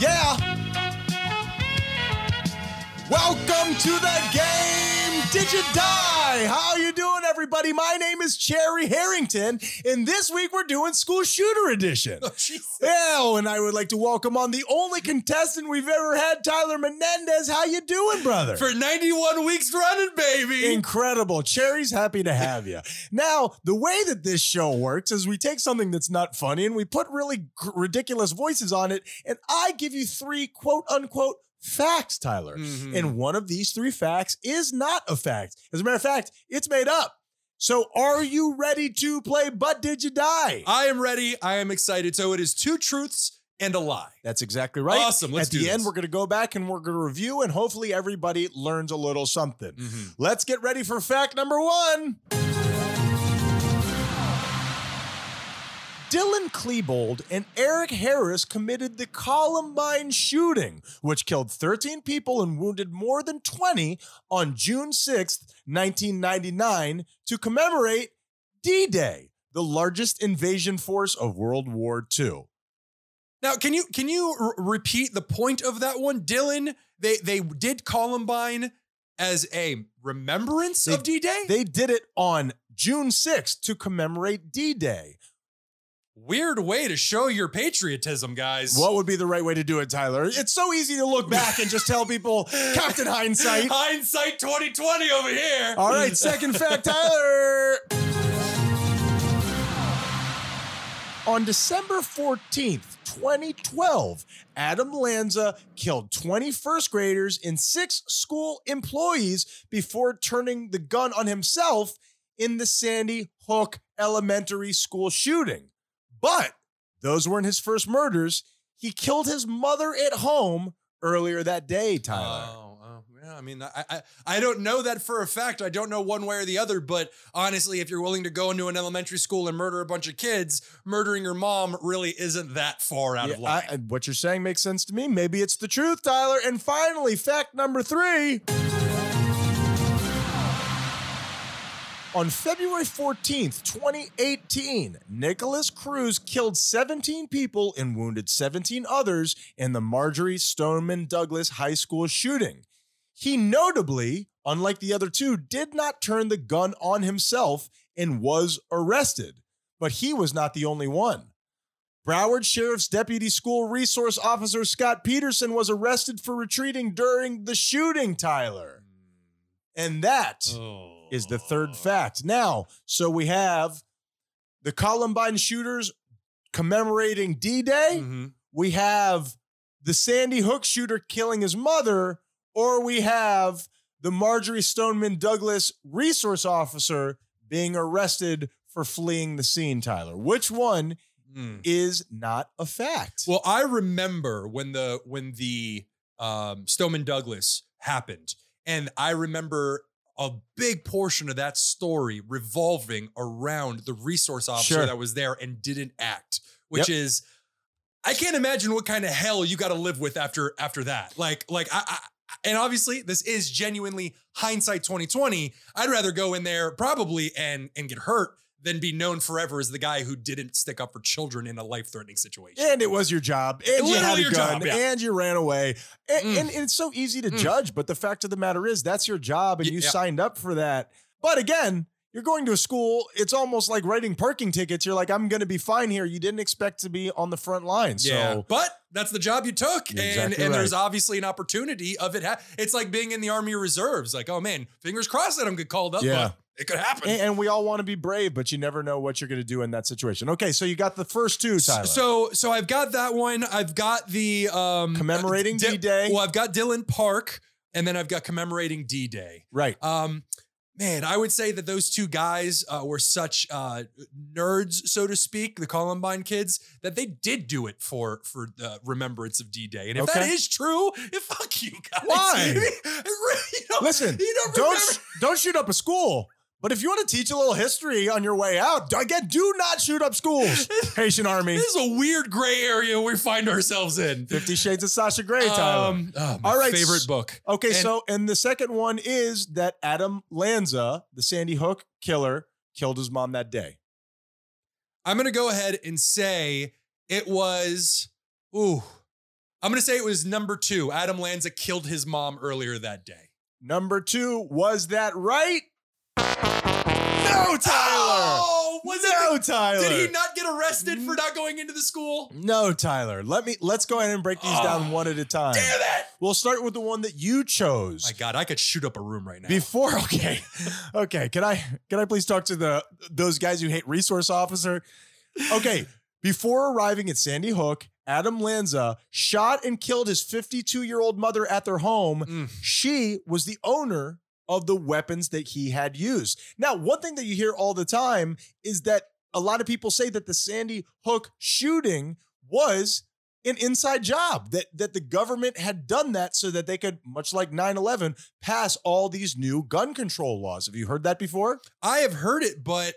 Yeah. Welcome to the game. Did you die? How you doing, everybody? My name is Cherry Harrington, and this week we're doing School Shooter Edition.
Oh,
Hell, and I would like to welcome on the only contestant we've ever had, Tyler Menendez. How you doing, brother?
[laughs] For 91 weeks running, baby.
Incredible. Cherry's happy to have you. Now, the way that this show works is we take something that's not funny and we put really gr- ridiculous voices on it, and I give you three quote unquote facts, Tyler.
Mhm.
And one of these three facts is not a fact. As a matter of fact, it's made up. So, are you ready to play But Did You Die?
I am ready. I am excited. So it is two truths and a lie.
That's exactly right.
Awesome. Let's
At
do
the end,
this.
we're going to go back and we're going to review, and hopefully, everybody learns a little something.
Mm-hmm.
Let's get ready for fact number one. Dylan Klebold and Eric Harris committed the Columbine shooting, which killed 13 people and wounded more than 20 on June 6th, 1999, to commemorate D Day, the largest invasion force of World War II.
Now, can you can you r- repeat the point of that one, Dylan? They they did Columbine as a remembrance
They-
of D Day.
They did it on June 6th to commemorate D Day.
Weird way to show your patriotism, guys.
What would be the right way to do it, Tyler? It's so easy to look back and just tell people, Captain Hindsight.
[laughs] Hindsight 2020 over here.
All
[laughs]
right, second fact, Tyler. On December 14th, 2012, Adam Lanza killed 20 first graders and six school employees before turning the gun on himself in the Sandy Hook Elementary School shooting. But those weren't his first murders. He killed his mother at home earlier that day, Tyler.
Oh, oh, yeah. I mean, I, I I don't know that for a fact. I don't know one way or the other. But honestly, if you're willing to go into an elementary school and murder a bunch of kids, murdering your mom really isn't that far out of
Yeah, I-
line.
I- what you're saying makes sense to me. Maybe it's the truth, Tyler. And finally, fact number three. On February 14th, 2018, Nicholas Cruz killed 17 people and wounded 17 others in the Marjorie Stoneman Douglas High School shooting. He notably, unlike the other two, did not turn the gun on himself and was arrested. But he was not the only one. Broward Sheriff's Deputy School Resource Officer Scott Peterson was arrested for retreating during the shooting, Tyler. And that is
Oh.
the third fact. Now, so we have the Columbine shooters commemorating D Day,
Mhm.
we have the Sandy Hook shooter killing his mother, or we have the Marjorie Stoneman Douglas resource officer being arrested for fleeing the scene, Tyler. Which one
Mm.
is not a fact.
Well, I remember when the when the um, Stoneman Douglas happened, and I remember a big portion of that story revolving around the resource officer
Sure.
that was there and didn't act, which is I can't imagine what kind of hell you got to live with after after that. Like like I. I and obviously, this is genuinely hindsight 2020. I'd rather go in there probably and and get hurt than be known forever as the guy who didn't stick up for children in a life threatening situation.
and it was your job, and you had
Literally
a
your
gun,
job, yeah.
and you ran away. And,
Mm.
and it's so easy to
Mm.
judge, but the fact of the matter is, that's your job, and you
Yeah.
signed up for that. But again, you're going to a school, it's almost like writing parking tickets. You're like, I'm going to be fine here. You didn't expect to be on the front line. So,
Yeah, but that's the job you took,
You're
and
exactly
and there's
right.
obviously an opportunity of it. Ha- it's like being in the Army Reserves. Like, oh man, fingers crossed that I'm get called up.
Yeah.
but it could happen.
and, and we all want to be brave, but you never know what you're going to do in that situation. Okay, so you got the first two, Tyler.
so, so I've got that one. I've got the um,
Commemorating
Di-
D-Day.
Well, I've got Dylan Park, and then I've got commemorating D Day. [laughs]
right.
Um, man, I would say that those two guys uh, were such uh, nerds, so to speak, the Columbine kids, that they did do it for for the remembrance of D Day. And if that
Okay.
is true, [laughs] if fuck you guys.
Why?
[laughs] you don't,
Listen,
you don't,
don't
remember-
sh- don't shoot up a school. But if you want to teach a little history on your way out, again, do not shoot up schools, Haitian Army.
[laughs] This is a weird gray area we find ourselves in.
Fifty Shades of Sasha Grey, Tyler.
Um, oh, my
All right,
favorite
s-
book.
okay,
and-
so and the second one is that Adam Lanza, the Sandy Hook killer, killed his mom that day.
I'm gonna go ahead and say it was. Ooh, I'm going to say it was number two. Adam Lanza killed his mom earlier that day.
Number two, was that right? No, Tyler.
Oh, was it
no, Tyler.
Did he not get arrested for not going into the school?
No, Tyler. Let me let's go ahead and break these
Oh,
down one at a time.
Damn it!
We'll start with the one that you chose.
My God, I could shoot up a room right now.
Before, [laughs] okay, okay. Can I can I please talk to the those guys who hate resource officer?
[laughs]
Okay, before arriving at Sandy Hook, Adam Lanza shot and killed his 52 year old mother at their home.
Mm.
She was the owner of the weapons that he had used. Now, one thing that you hear all the time is that a lot of people say that the Sandy Hook shooting was an inside job that that the government had done that so that they could much like 9/11 pass all these new gun control laws. Have you heard that before?
I have heard it, but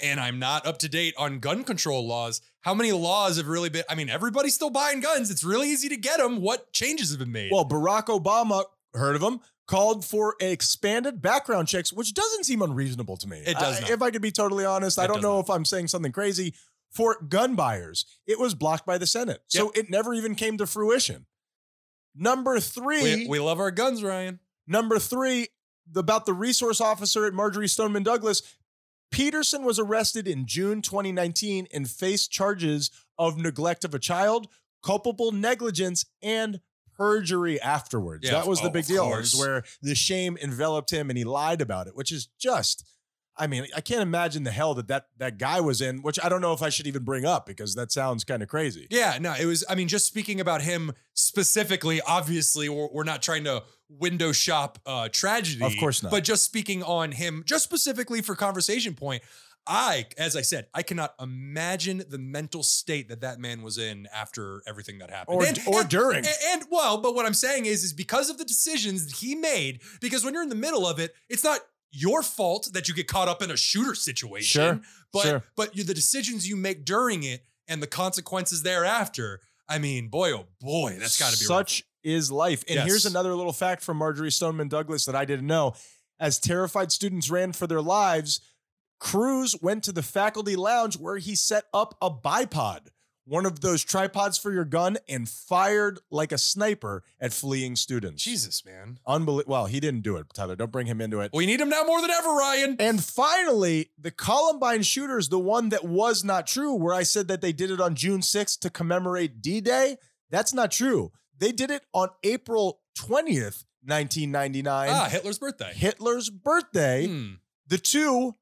and I'm not up to date on gun control laws. How many laws have really been? I mean, everybody's still buying guns. It's really easy to get them. What changes have been made?
Well, Barack Obama heard of him called for expanded background checks, which doesn't seem unreasonable to me.
It does
I-
not.
if I could be totally honest, I
It
don't
does
know
not.
if I'm saying something crazy. For gun buyers, it was blocked by the Senate. So it never even came to fruition. Number 3,
we, we love our guns, Ryan.
Number three, the- about the resource officer at Marjorie Stoneman Douglas. Peterson was arrested in June 2019 and faced charges of neglect of a child, culpable negligence, and perjury afterwards.
Yeah,
that was the
oh,
big
of
deal,
course.
is where the shame enveloped him and he lied about it, which is just. I mean, I can't imagine the hell that, that that guy was in, which I don't know if I should even bring up because that sounds kind of crazy.
Yeah, no, it was. I mean, just speaking about him specifically, obviously, we're, we're not trying to window shop uh, tragedy.
Of course not.
But just speaking on him, just specifically for conversation point, I, as I said, I cannot imagine the mental state that that man was in after everything that happened,
Or- or during.
And, and well, but what I'm saying is, is because of the decisions that he made. Because when you're in the middle of it, it's not your fault that you get caught up in a shooter situation
Sure.
but
Sure.
but you, the decisions you make during it and the consequences thereafter. I mean, boy, oh boy, that's got to be rough.
such is life. And
Yes.
here's another little fact from Marjorie Stoneman Douglas that I didn't know. As terrified students ran for their lives, Cruz went to the faculty lounge where he set up a bipod, one of those tripods for your gun, and fired like a sniper at fleeing students.
Jesus, man.
Unbelievable. Well, he didn't do it, Tyler. Don't bring him into it.
We need him now more than ever, Ryan.
And finally, the Columbine shooters, the one that was not true, where I said that they did it on June 6th to commemorate D Day, that's not true. They did it on April 20th, 1999,
ah, Hitler's birthday.
Hitler's birthday.
Hmm.
The two,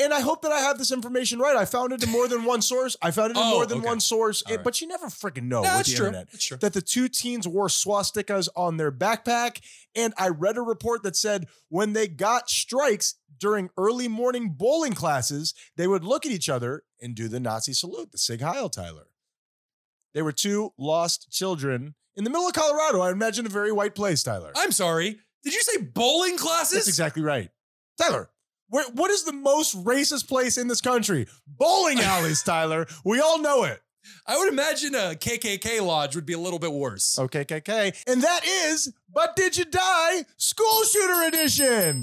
and I hope that I have this information right. I found it in more than one source. I found it in
[laughs] Oh,
more than
okay.
one source,
All right.
but you never freaking know
No,
oh, with
that's
the
true.
internet
That's true.
that the two teens wore swastikas on their backpack. And I read a report that said when they got strikes during early morning bowling classes, they would look at each other and do the Nazi salute, the Sig Heil Tyler. They were two lost children in the middle of Colorado. I imagine a very white place, Tyler.
I'm sorry. Did you say bowling classes?
That's exactly right. Tyler, where, what is the most racist place in this country? Bowling alleys, Tyler. We all know it.
I would imagine a KKK lodge would be a little bit worse.
Okay, KKK. And that is But Did You Die? School Shooter Edition.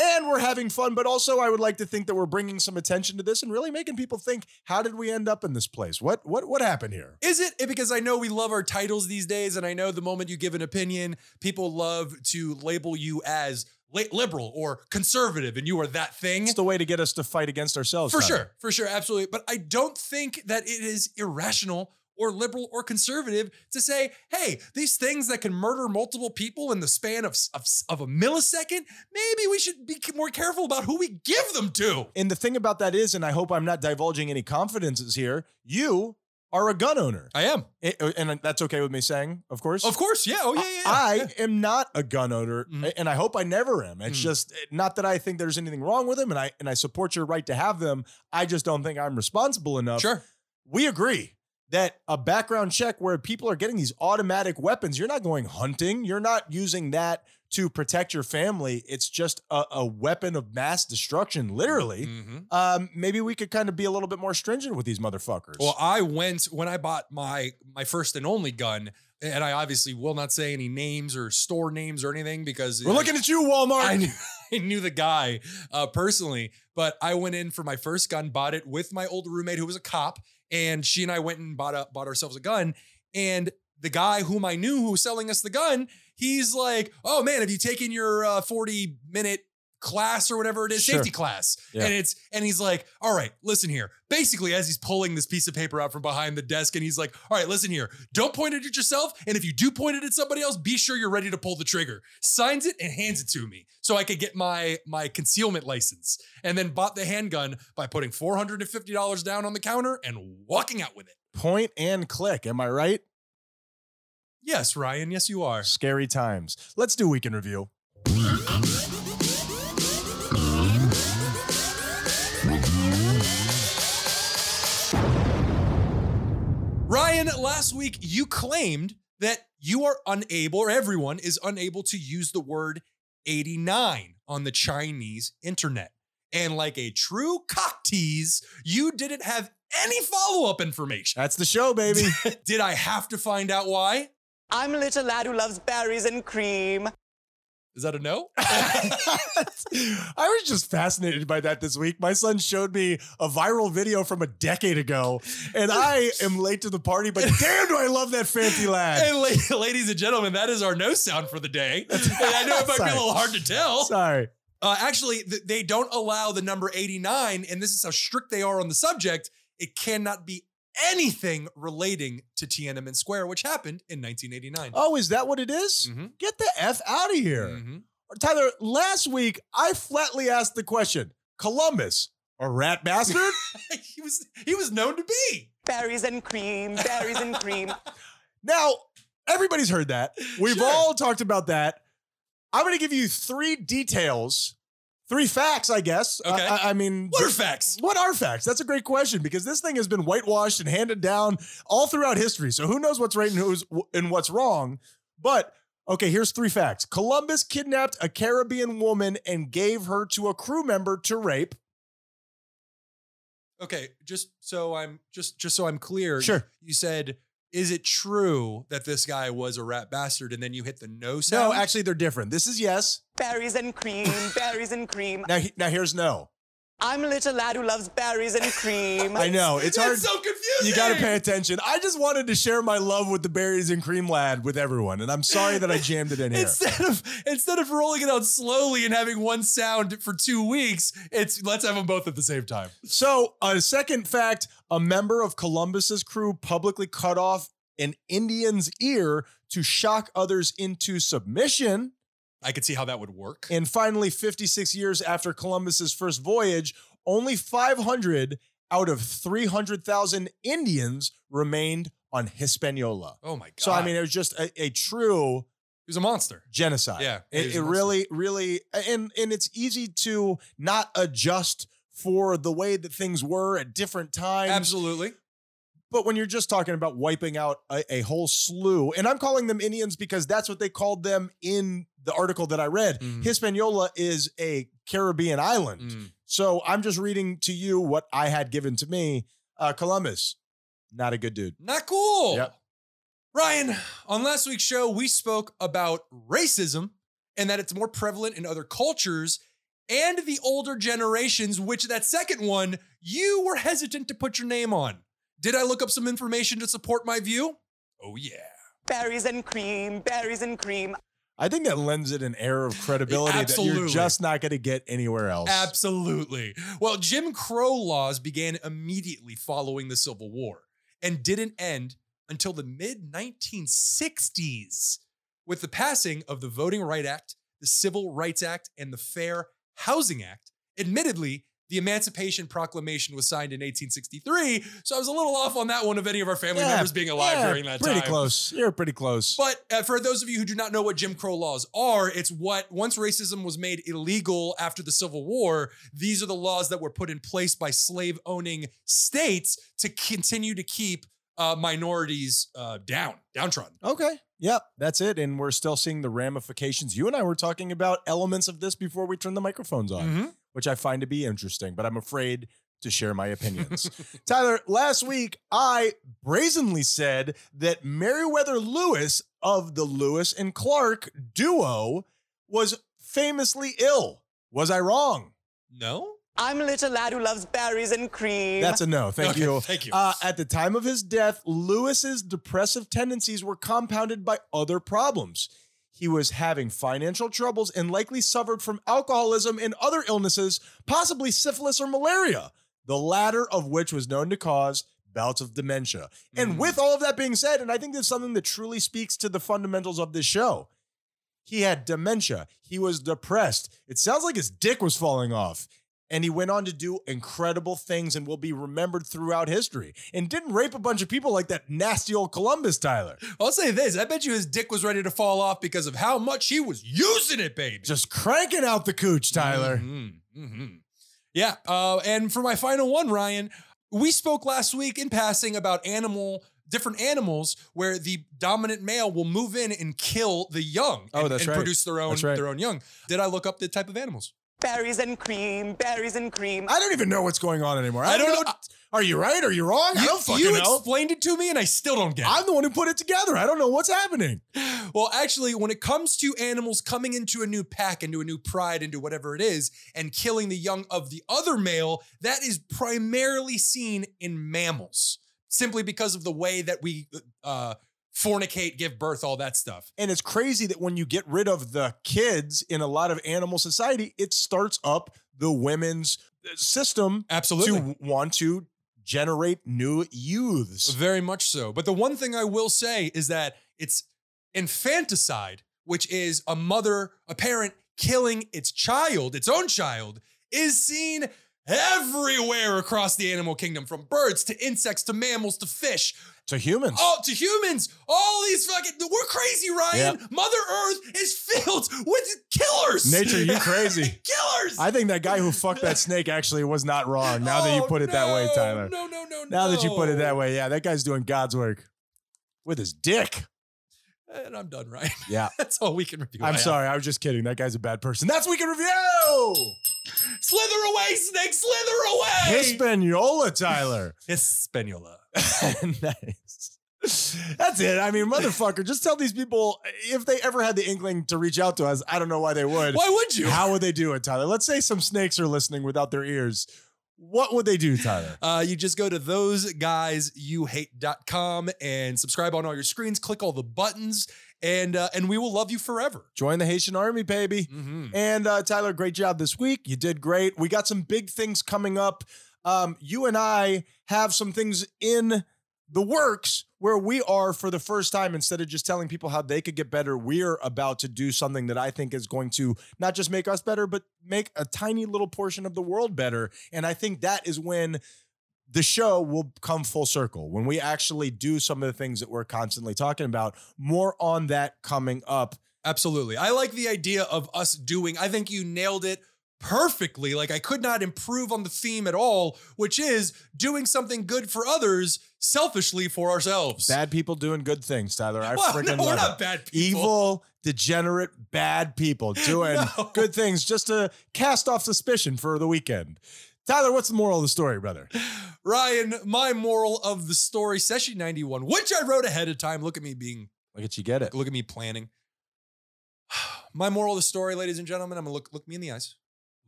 And we're having fun, but also I would like to think that we're bringing some attention to this and really making people think, how did we end up in this place? What what what happened here?
Is it Eh, because I know we love our titles these days, and I know the moment you give an opinion, people love to label you as li- liberal or conservative, and you are that thing.
It's the way to get us to fight against ourselves.
For
Tyler.
sure, for sure, absolutely. But I don't think that it is irrational or liberal or conservative to say, hey, these things that can murder multiple people in the span of, of, of a millisecond, maybe we should be more careful about who we give them to.
And the thing about that is, and I hope I'm not divulging any confidences here, you are a gun owner.
I am.
I- and uh, that's okay with me saying, of course.
Of course, yeah. Oh, yeah, yeah.
I
yeah.
am not a gun owner,
Mhm.
and I hope I never am. It's
Mhm.
just eh, not that I think there's anything wrong with them, and I and I support your right to have them. I just don't think I'm responsible enough.
Sure.
We agree that a background check where people are getting these automatic weapons, you're not going hunting, you're not using that to protect your family. It's just a, a weapon of mass destruction, literally.
Mhm.
Um, maybe we could kind of be a little bit more stringent with these motherfuckers.
Well, I went when I bought my my first and only gun, and I obviously will not say any names or store names or anything because
we're looking at you, Walmart.
I knew, [laughs] I knew the guy uh, personally, but I went in for my first gun, bought it with my old roommate who was a cop, and she and I went and bought a, bought ourselves a gun. And the guy whom I knew who was selling us the gun, he's like, "Oh man, have you taken your uh, forty minute class or whatever it is,
Sure.
safety class?"
Yeah.
And it's and he's like, "All right, listen here." Basically, as he's pulling this piece of paper out from behind the desk, and he's like, "All right, listen here. Don't point it at yourself, and if you do point it at somebody else, be sure you're ready to pull the trigger." Signs it and hands it to me so I could get my my concealment license, and then bought the handgun by putting four hundred and fifty dollars down on the counter and walking out with it.
Point and click. Am I right?
Yes, Ryan. Yes, you are.
Scary times. Let's do weekend review.
Ryan, last week you claimed that you are unable, or everyone is unable to use the word 89 on the Chinese internet. And like a true cock tease, you didn't have any follow up
[laughs]
information.
That's the show, baby.
Did I have to find out why?
I'm a little lad who loves berries and cream.
Is that a no?
I was just fascinated by that this week. My son showed me a viral video from a decade ago, and I am late to the party, but damn, do I love that fancy lad.
and la- ladies and gentlemen, that is our no sound for the day. And I know it might be
Sorry.
a little hard to tell.
Sorry.
Uh, actually, th- they don't allow the number 89, and this is how strict they are on the subject. It cannot be anything relating to Tiananmen Square, which happened in 1989.
Oh, is that what it is?
Mhm.
Get the F out of here.
Mhm.
Tyler, last week I flatly asked the question Columbus, a rat bastard?
[laughs] he was he was known to be.
Berries and cream, berries and cream.
now, everybody's heard that. We've
Sure.
all talked about that. I'm going to give you three details, three facts, I guess. I-
Okay.
I, I mean,
What are facts?
What are facts? That's a great question because this thing has been whitewashed and handed down all throughout history. So who knows what's right and who's and what's wrong? But okay, here's three facts. Columbus kidnapped a Caribbean woman and gave her to a crew member to rape.
Okay, just so I'm just just so I'm clear.
Sure.
You said, is it true that this guy was a rat bastard? And then you hit the no sound.
No, actually they're different. This is yes.
Berries and cream, berries and cream.
Now he- now here's no.
I'm a little lad who loves berries and cream.
I know. It's hard.
That's so confusing.
you got to pay attention. I just wanted to share my love with the berries and cream lad with everyone, and I'm sorry that I jammed it in here.
Instead of instead of rolling it out slowly and having one sound for two weeks, it's let's have them both at the same time.
So, a second fact a member of Columbus's crew publicly cut off an Indian's ear to shock others into submission.
I could see how that would work.
And finally, 56 years after Columbus's first voyage, only 500 out of 300,000 Indians remained on Hispaniola.
oh my god!
So, I mean, it was just a, a true
he was a monster.
genocide.
Yeah,
It,
it is
it
mostly.
really, really, and and it's easy to not adjust for the way that things were at different times.
Absolutely.
But when you're just talking about wiping out a, a whole slew, and I'm calling them Indians because that's what they called them in the article that I read.
Mhm.
Hispaniola is a Caribbean island.
Mm.
So I'm just reading to you what I had given to me. Uh, Columbus, not a good dude.
Not cool.
Yep.
Ryan, on last week's show, we spoke about racism and that it's more prevalent in other cultures and the older generations, which that second one you were hesitant to put your name on. Did I look up some information to support my view? Oh yeah.
Berries and cream, berries and cream.
I think that lends it an air
[sighs]
of credibility that you're
Absolutely.
just not going to get anywhere else.
Absolutely. Well, Jim Crow laws began immediately following the Civil War and didn't end until the mid 1960s with the passing of the Voting Right Act, the Civil Rights Act, and the Fair Housing Act. Admittedly, the Emancipation Proclamation was signed in 1863, so I was a little off on that one of any of our family
Yeah,
members being alive
yeah,
during that
pretty
time.
close. You're pretty close.
But uh, for those of you who do not know what Jim Crow laws are, it's what once racism was made illegal after the Civil War, these are the laws that were put in place by slave owning states to continue to keep uh, minorities uh, down, downtrodden.
Okay. Yep. That's it. And we're still seeing the ramifications. You and I were talking about elements of this before we turned the microphones
Mm-hmm.
on, which I find to be interesting, but I'm afraid to share my
[laughs]
opinions. Tyler, last week I brazenly said that Meriwether Lewis of the Lewis and Clark duo was famously ill. Was I wrong?
No?
I'm a little lad who loves berries and cream.
That's a no. Thank
Okay,
you.
thank you.
Uh, at the time of his death, Lewis's depressive tendencies were compounded by other problems. He was having financial troubles and likely suffered from alcoholism and other illnesses, possibly syphilis or malaria, the latter of which was known to cause bouts of dementia. And with all of that being said, and I think there's something that truly speaks to the fundamentals of this show. He had dementia. He was depressed. It sounds like his dick was falling off. And he went on to do incredible things and will be remembered throughout history. And didn't rape a bunch of people like that nasty old Columbus Tyler.
I'll say this. I bet you his dick was ready to fall off because of how much he was using it, baby.
Just cranking out the cooch, Tyler.
Mhm, mhm. Yeah. Uh, and for my final one, Ryan, we spoke last week in passing about animal, different animals where the dominant male will move in and kill the young.
Oh,
and,
that's
and
right.
produce their own
That's right.
their own young. Did I look up the type of animals?
berries and cream, berries and cream.
I don't even know what's going on anymore. I,
I
don't
don't
know. Are you right? Are you wrong? I don't fucking
you
know.
explained it to me, and I still don't get it.
I'm the one who put it together. I don't know what's happening.
Well, actually, when it comes to animals coming into a new pack, into a new pride, into whatever it is, and killing the young of the other male, that is primarily seen in mammals, simply because of the way that we uh, fornicate, give birth, all that stuff.
And it's crazy that when you get rid of the kids in a lot of animal society, it starts up the women's uh, system
Absolutely.
to want to generate new youths.
Very much so. But the one thing I will say is that it's infanticide, which is a mother, a parent killing its child, its own child, is seen everywhere across the animal kingdom from birds to insects to mammals to fish
To humans.
all to humans all these fucking we're crazy ryan
Yep.
mother earth is filled with killers
Nature, you crazy.
[laughs] killers
I think that guy who fucked that snake actually was not wrong. Now that you
Oh,
put it that way,
no,
Tyler.
no no no
Now that you put it
no.
that way, yeah, that guy's doing God's work with his dick.
and i'm done ryan
Yeah.
[laughs] that's all we can review
I'm
I am.
sorry. I was just kidding. That guy's a bad person. That's Weekend Review!
Slither away, snake, slither away!
Hispaniola,
[laughs]
Tyler.
Hispaniola.
nice. That's it. I mean, motherfucker, just tell these people if they ever had the inkling to reach out to us, I don't know why they would.
[laughs] Why would you?
How would they do it, Tyler? Let's say some snakes are listening without their ears. What would they do, Tyler?
Uh, you just go to thoseguysyouhate.com and subscribe on all your screens, click all the buttons, and uh, and we will love you forever.
Join the Haitian army, baby.
Mm-hmm.
And uh, Tyler, great job this week. You did great. We got some big things coming up. Um, you and I have some things in the works where we are for the first time, instead of just telling people how they could get better, we're about to do something that I think is going to not just make us better, but make a tiny little portion of the world better. And I think that is when the show will come full circle when we actually do some of the things that we're constantly talking about. More on that coming up.
Absolutely. I like the idea of us doing, I think you nailed it perfectly. Like, I could not improve on the theme at all, which is doing something good for others selfishly for ourselves.
Bad people doing good things, Tyler. I
Well,
freaking
no, we're
love
not
it.
bad people. [laughs]
Evil, degenerate, bad people doing
No.
good things just to cast off suspicion for the weekend. Tyler, what's the moral of the story, brother?
Ryan, my moral of the story, session 91, which I wrote ahead of time. Look at me being
Look at you get it.
Look at me planning. [sighs] My moral of the story, ladies and gentlemen, I'm gonna look look me in the eyes.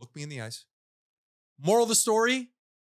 Look me in the eyes. Moral of the story: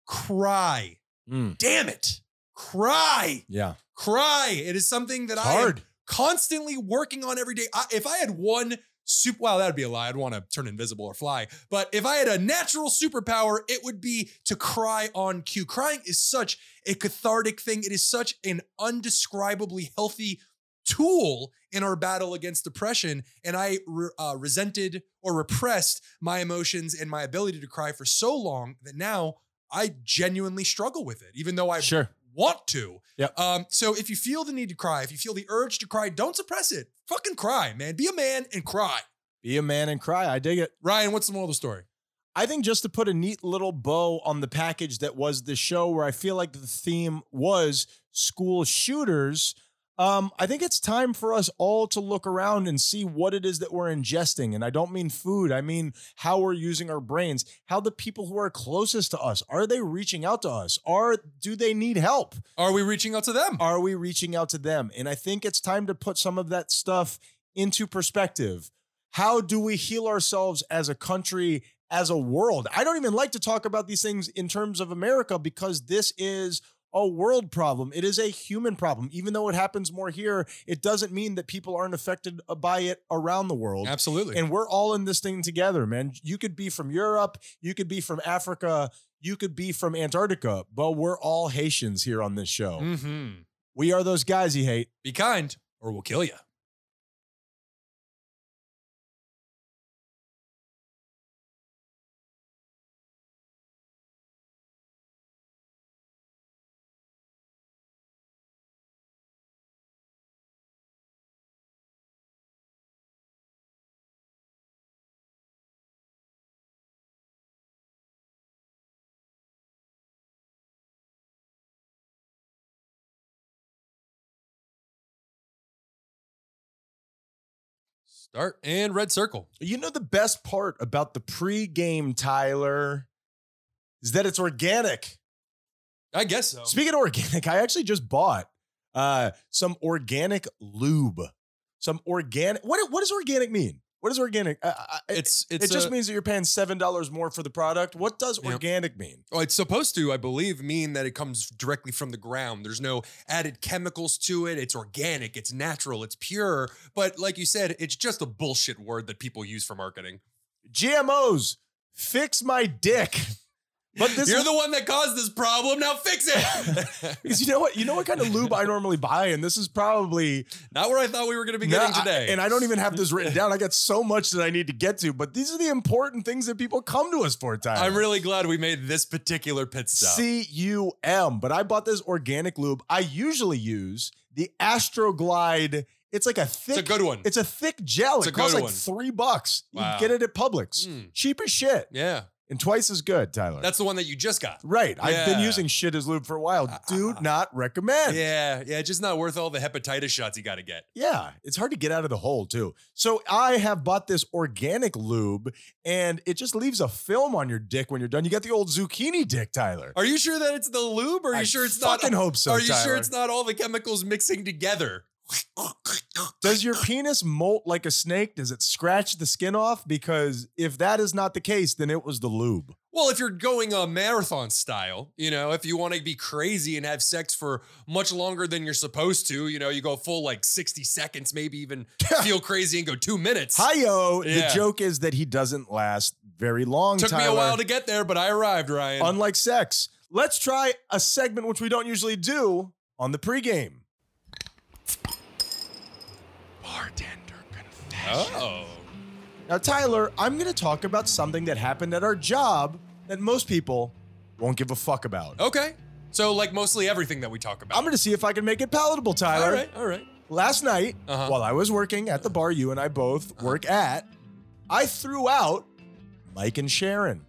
cry.
Mm,
Damn it. Cry.
yeah.
Cry. It is something that
It's
I am
hard.
constantly working on every day. I, if I had one super, well, that'd be a lie. I'd want to turn invisible or fly. But if I had a natural superpower, it would be to cry on cue. Crying is such a cathartic thing. It is such an undescribably healthy tool in our battle against depression. And I re- uh, resented or repressed my emotions and my ability to cry for so long that now I genuinely struggle with it, even though I
Sure.
want to.
Yep.
Um, so if you feel the need to cry, if you feel the urge to cry, don't suppress it. Fucking cry, man. Be a man and cry.
Be a man and cry. I dig it.
Ryan, what's the moral of the story?
I think just to put a neat little bow on the package that was the show, where I feel like the theme was school shooters. Um, I think it's time for us all to look around and see what it is that we're ingesting. And I don't mean food, I mean how we're using our brains, how the people who are closest to us are they reaching out to us? Are do they need help?
Are we reaching out to them?
Are we reaching out to them? And I think it's time to put some of that stuff into perspective. How do we heal ourselves as a country, as a world. I don't even like to talk about these things in terms of America because this is a world problem. It is a human problem. Even though it happens more here, it doesn't mean that people aren't affected uh, by it around the world.
Absolutely.
And we're all in this thing together, man. You could be from Europe, you could be from Africa, you could be from Antarctica, but we're all Haitians here on this show.
hmm
We are those guys you hate.
Be kind, or we'll kill you. Start and red circle.
You know the best part about the pregame, Tyler, is that it's organic.
I guess so.
Speaking of organic, I actually just bought uh, some organic lube. Some organic. What what does organic mean? What is organic? I- I- I-
it's
it
it's
just
a-
means that you're paying seven dollars more for the product. What does
Yep.
organic mean?
Oh, it's supposed to, I believe, mean that it comes directly from the ground. There's no added chemicals to it. It's organic, it's natural, it's pure. But like you said, it's just a bullshit word that people use for marketing.
GMOs fix my dick. But this
You're
is, [laughs]
the one that caused this problem. Now fix it.
because you know what you know what kind of lube I normally buy, and this is probably
Not where I thought we were going to be
Nah,
getting
I-
today.
and I don't even have this
[laughs]
written down. I got so much that I need to get to, but these are the important things that people come to us for. Time
I'm really glad we made this particular pit stop.
C U M. But I bought this organic lube. I usually use the Astroglide. It's like a thick.
it's a good one.
it's a thick gel.
It's
it
a
costs
good
like
one.
three bucks. You
Wow.
can get it at Publix.
Mm.
Cheap as shit
yeah.
and twice as good, Tyler.
That's the one that you just got.
right. I've been
Yeah.
using shit as lube for a while.
Ah,
Do
ah, ah.
not recommend.
Yeah. Yeah. Just not worth all the hepatitis shots you got to get.
Yeah, it's hard to get out of the hole too. So I have bought this organic lube, and it just leaves a film on your dick when you're done. You got the old zucchini dick, Tyler.
Are you sure that it's the lube? Or are you
I
sure it's not?
fucking hope so.
are you
Tyler.
sure it's not all the chemicals mixing together?
Does your penis molt like a snake? Does it scratch the skin off? Because if that is not the case, then it was the lube.
Well, if you're going uh, marathon style, you know, if you want to be crazy and have sex for much longer than you're supposed to, you know, you go full like 60 seconds, maybe even
[laughs]
feel crazy and go two minutes.
Hiyo.
Yeah.
The joke is that he doesn't last very long.
Took me
Tyler,
a while to get there, but I arrived, Ryan.
Unlike sex, let's try a segment which we don't usually do on the pregame.
oh.
Now, Tyler, I'm going to talk about something that happened at our job that most people won't give a fuck about.
Okay. So, like, mostly everything that we talk about.
I'm going to see if I can make it palatable, Tyler.
all right. All right.
Last night,
Uh-huh.
while I was working at the bar you and I both work at, I threw out Mike and Sharon.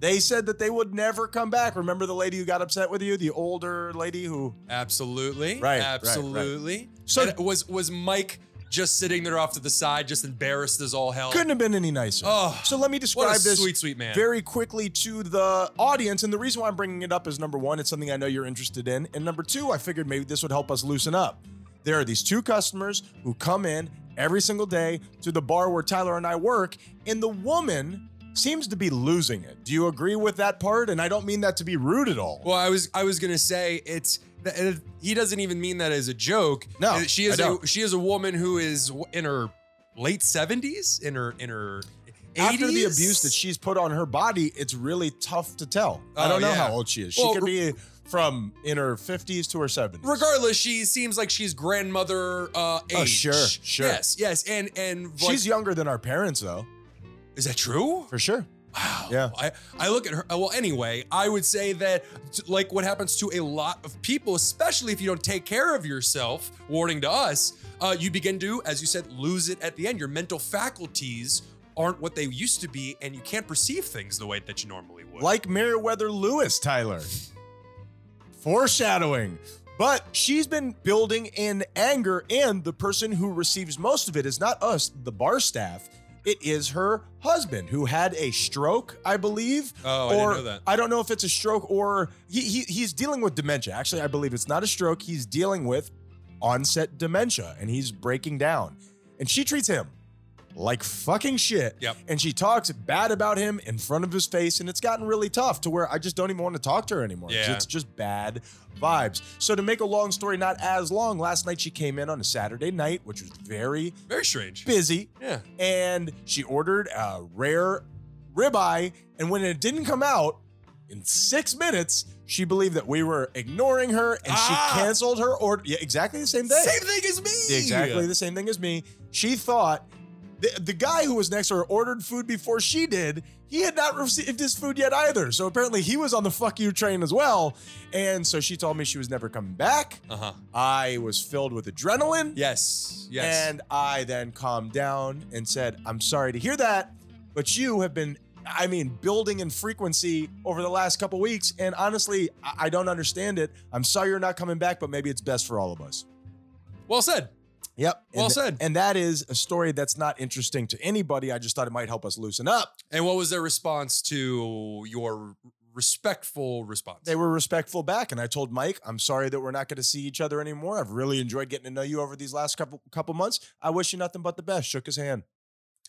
They said that they would never come back. Remember the lady who got upset with you, the older lady who
Absolutely.
Right, right, right.
Absolutely.
So-
And was was Mike just sitting there off to the side, just embarrassed as all hell?
couldn't have been any nicer.
Oh,
so let me describe this
sweet, sweet man.
very quickly to the audience. And the reason why I'm bringing it up is number one, it's something I know you're interested in. And number two, I figured maybe this would help us loosen up. There are these two customers who come in every single day to the bar where Tyler and I work, and the woman seems to be losing it. Do you agree with that part? And I don't mean that to be rude at all.
Well, I was I was gonna say it's that- it- he doesn't even mean that as a joke.
No,
Uh, she is
I
a
don't.
she is a woman who is w- in her late seventies, in her in her 80s?
After the abuse that she's put on her body, it's really tough to tell. I
Oh,
don't know
yeah.
how old she is. She
Well,
could be from in her 50s to her 70s.
Regardless, she seems like she's grandmother uh, age.
Oh, sure, sure.
Yes, yes, and and like-
She's younger than our parents, though,
is that true?
for sure.
Wow.
Yeah.
I, I look at her. uh, Well, anyway, I would say that, t- like, what happens to a lot of people, especially if you don't take care of yourself, warning to us, uh, you begin to, as you said, lose it at the end. Your mental faculties aren't what they used to be, and you can't perceive things the way that you normally would.
Like Meriwether Lewis, Tyler. Foreshadowing. But she's been building in anger, and the person who receives most of it is not us, the bar staff. It is her husband who had a stroke, I believe.
Oh, I didn't
or
know that.
I don't know if it's a stroke or he, he he's dealing with dementia. Actually, I believe it's not a stroke. He's dealing with onset dementia, and he's breaking down. And she treats him like fucking shit.
Yep.
And she talks bad about him in front of his face, and it's gotten really tough to where I just don't even want to talk to her anymore.
Yeah.
It's just bad vibes. So to make a long story not as long, last night she came in on a Saturday night, which was very
Very strange.
busy,
Yeah.
and she ordered a rare ribeye. And when it didn't come out in six minutes, she believed that we were ignoring her, and
Ah!
she canceled her order. Yeah, exactly the same day.
Same thing as me.
Exactly the same thing as me. She thought the, the guy who was next to her ordered food before she did. He had not received his food yet either. So apparently he was on the fuck you train as well. And so she told me she was never coming back.
Uh huh.
I was filled with adrenaline.
Yes. Yes.
And I then calmed down and said, I'm sorry to hear that, but you have been, I mean, building in frequency over the last couple weeks. And honestly, I, I don't understand it. I'm sorry you're not coming back, but maybe it's best for all of us.
well said.
Yep.
Well
and th-
said.
And that is a story that's not interesting to anybody. I just thought it might help us loosen up.
And what was their response to your respectful response?
They were respectful back, and I told Mike, "I'm sorry that we're not going to see each other anymore. I've really enjoyed getting to know you over these last couple couple months. I wish you nothing but the best." Shook his hand,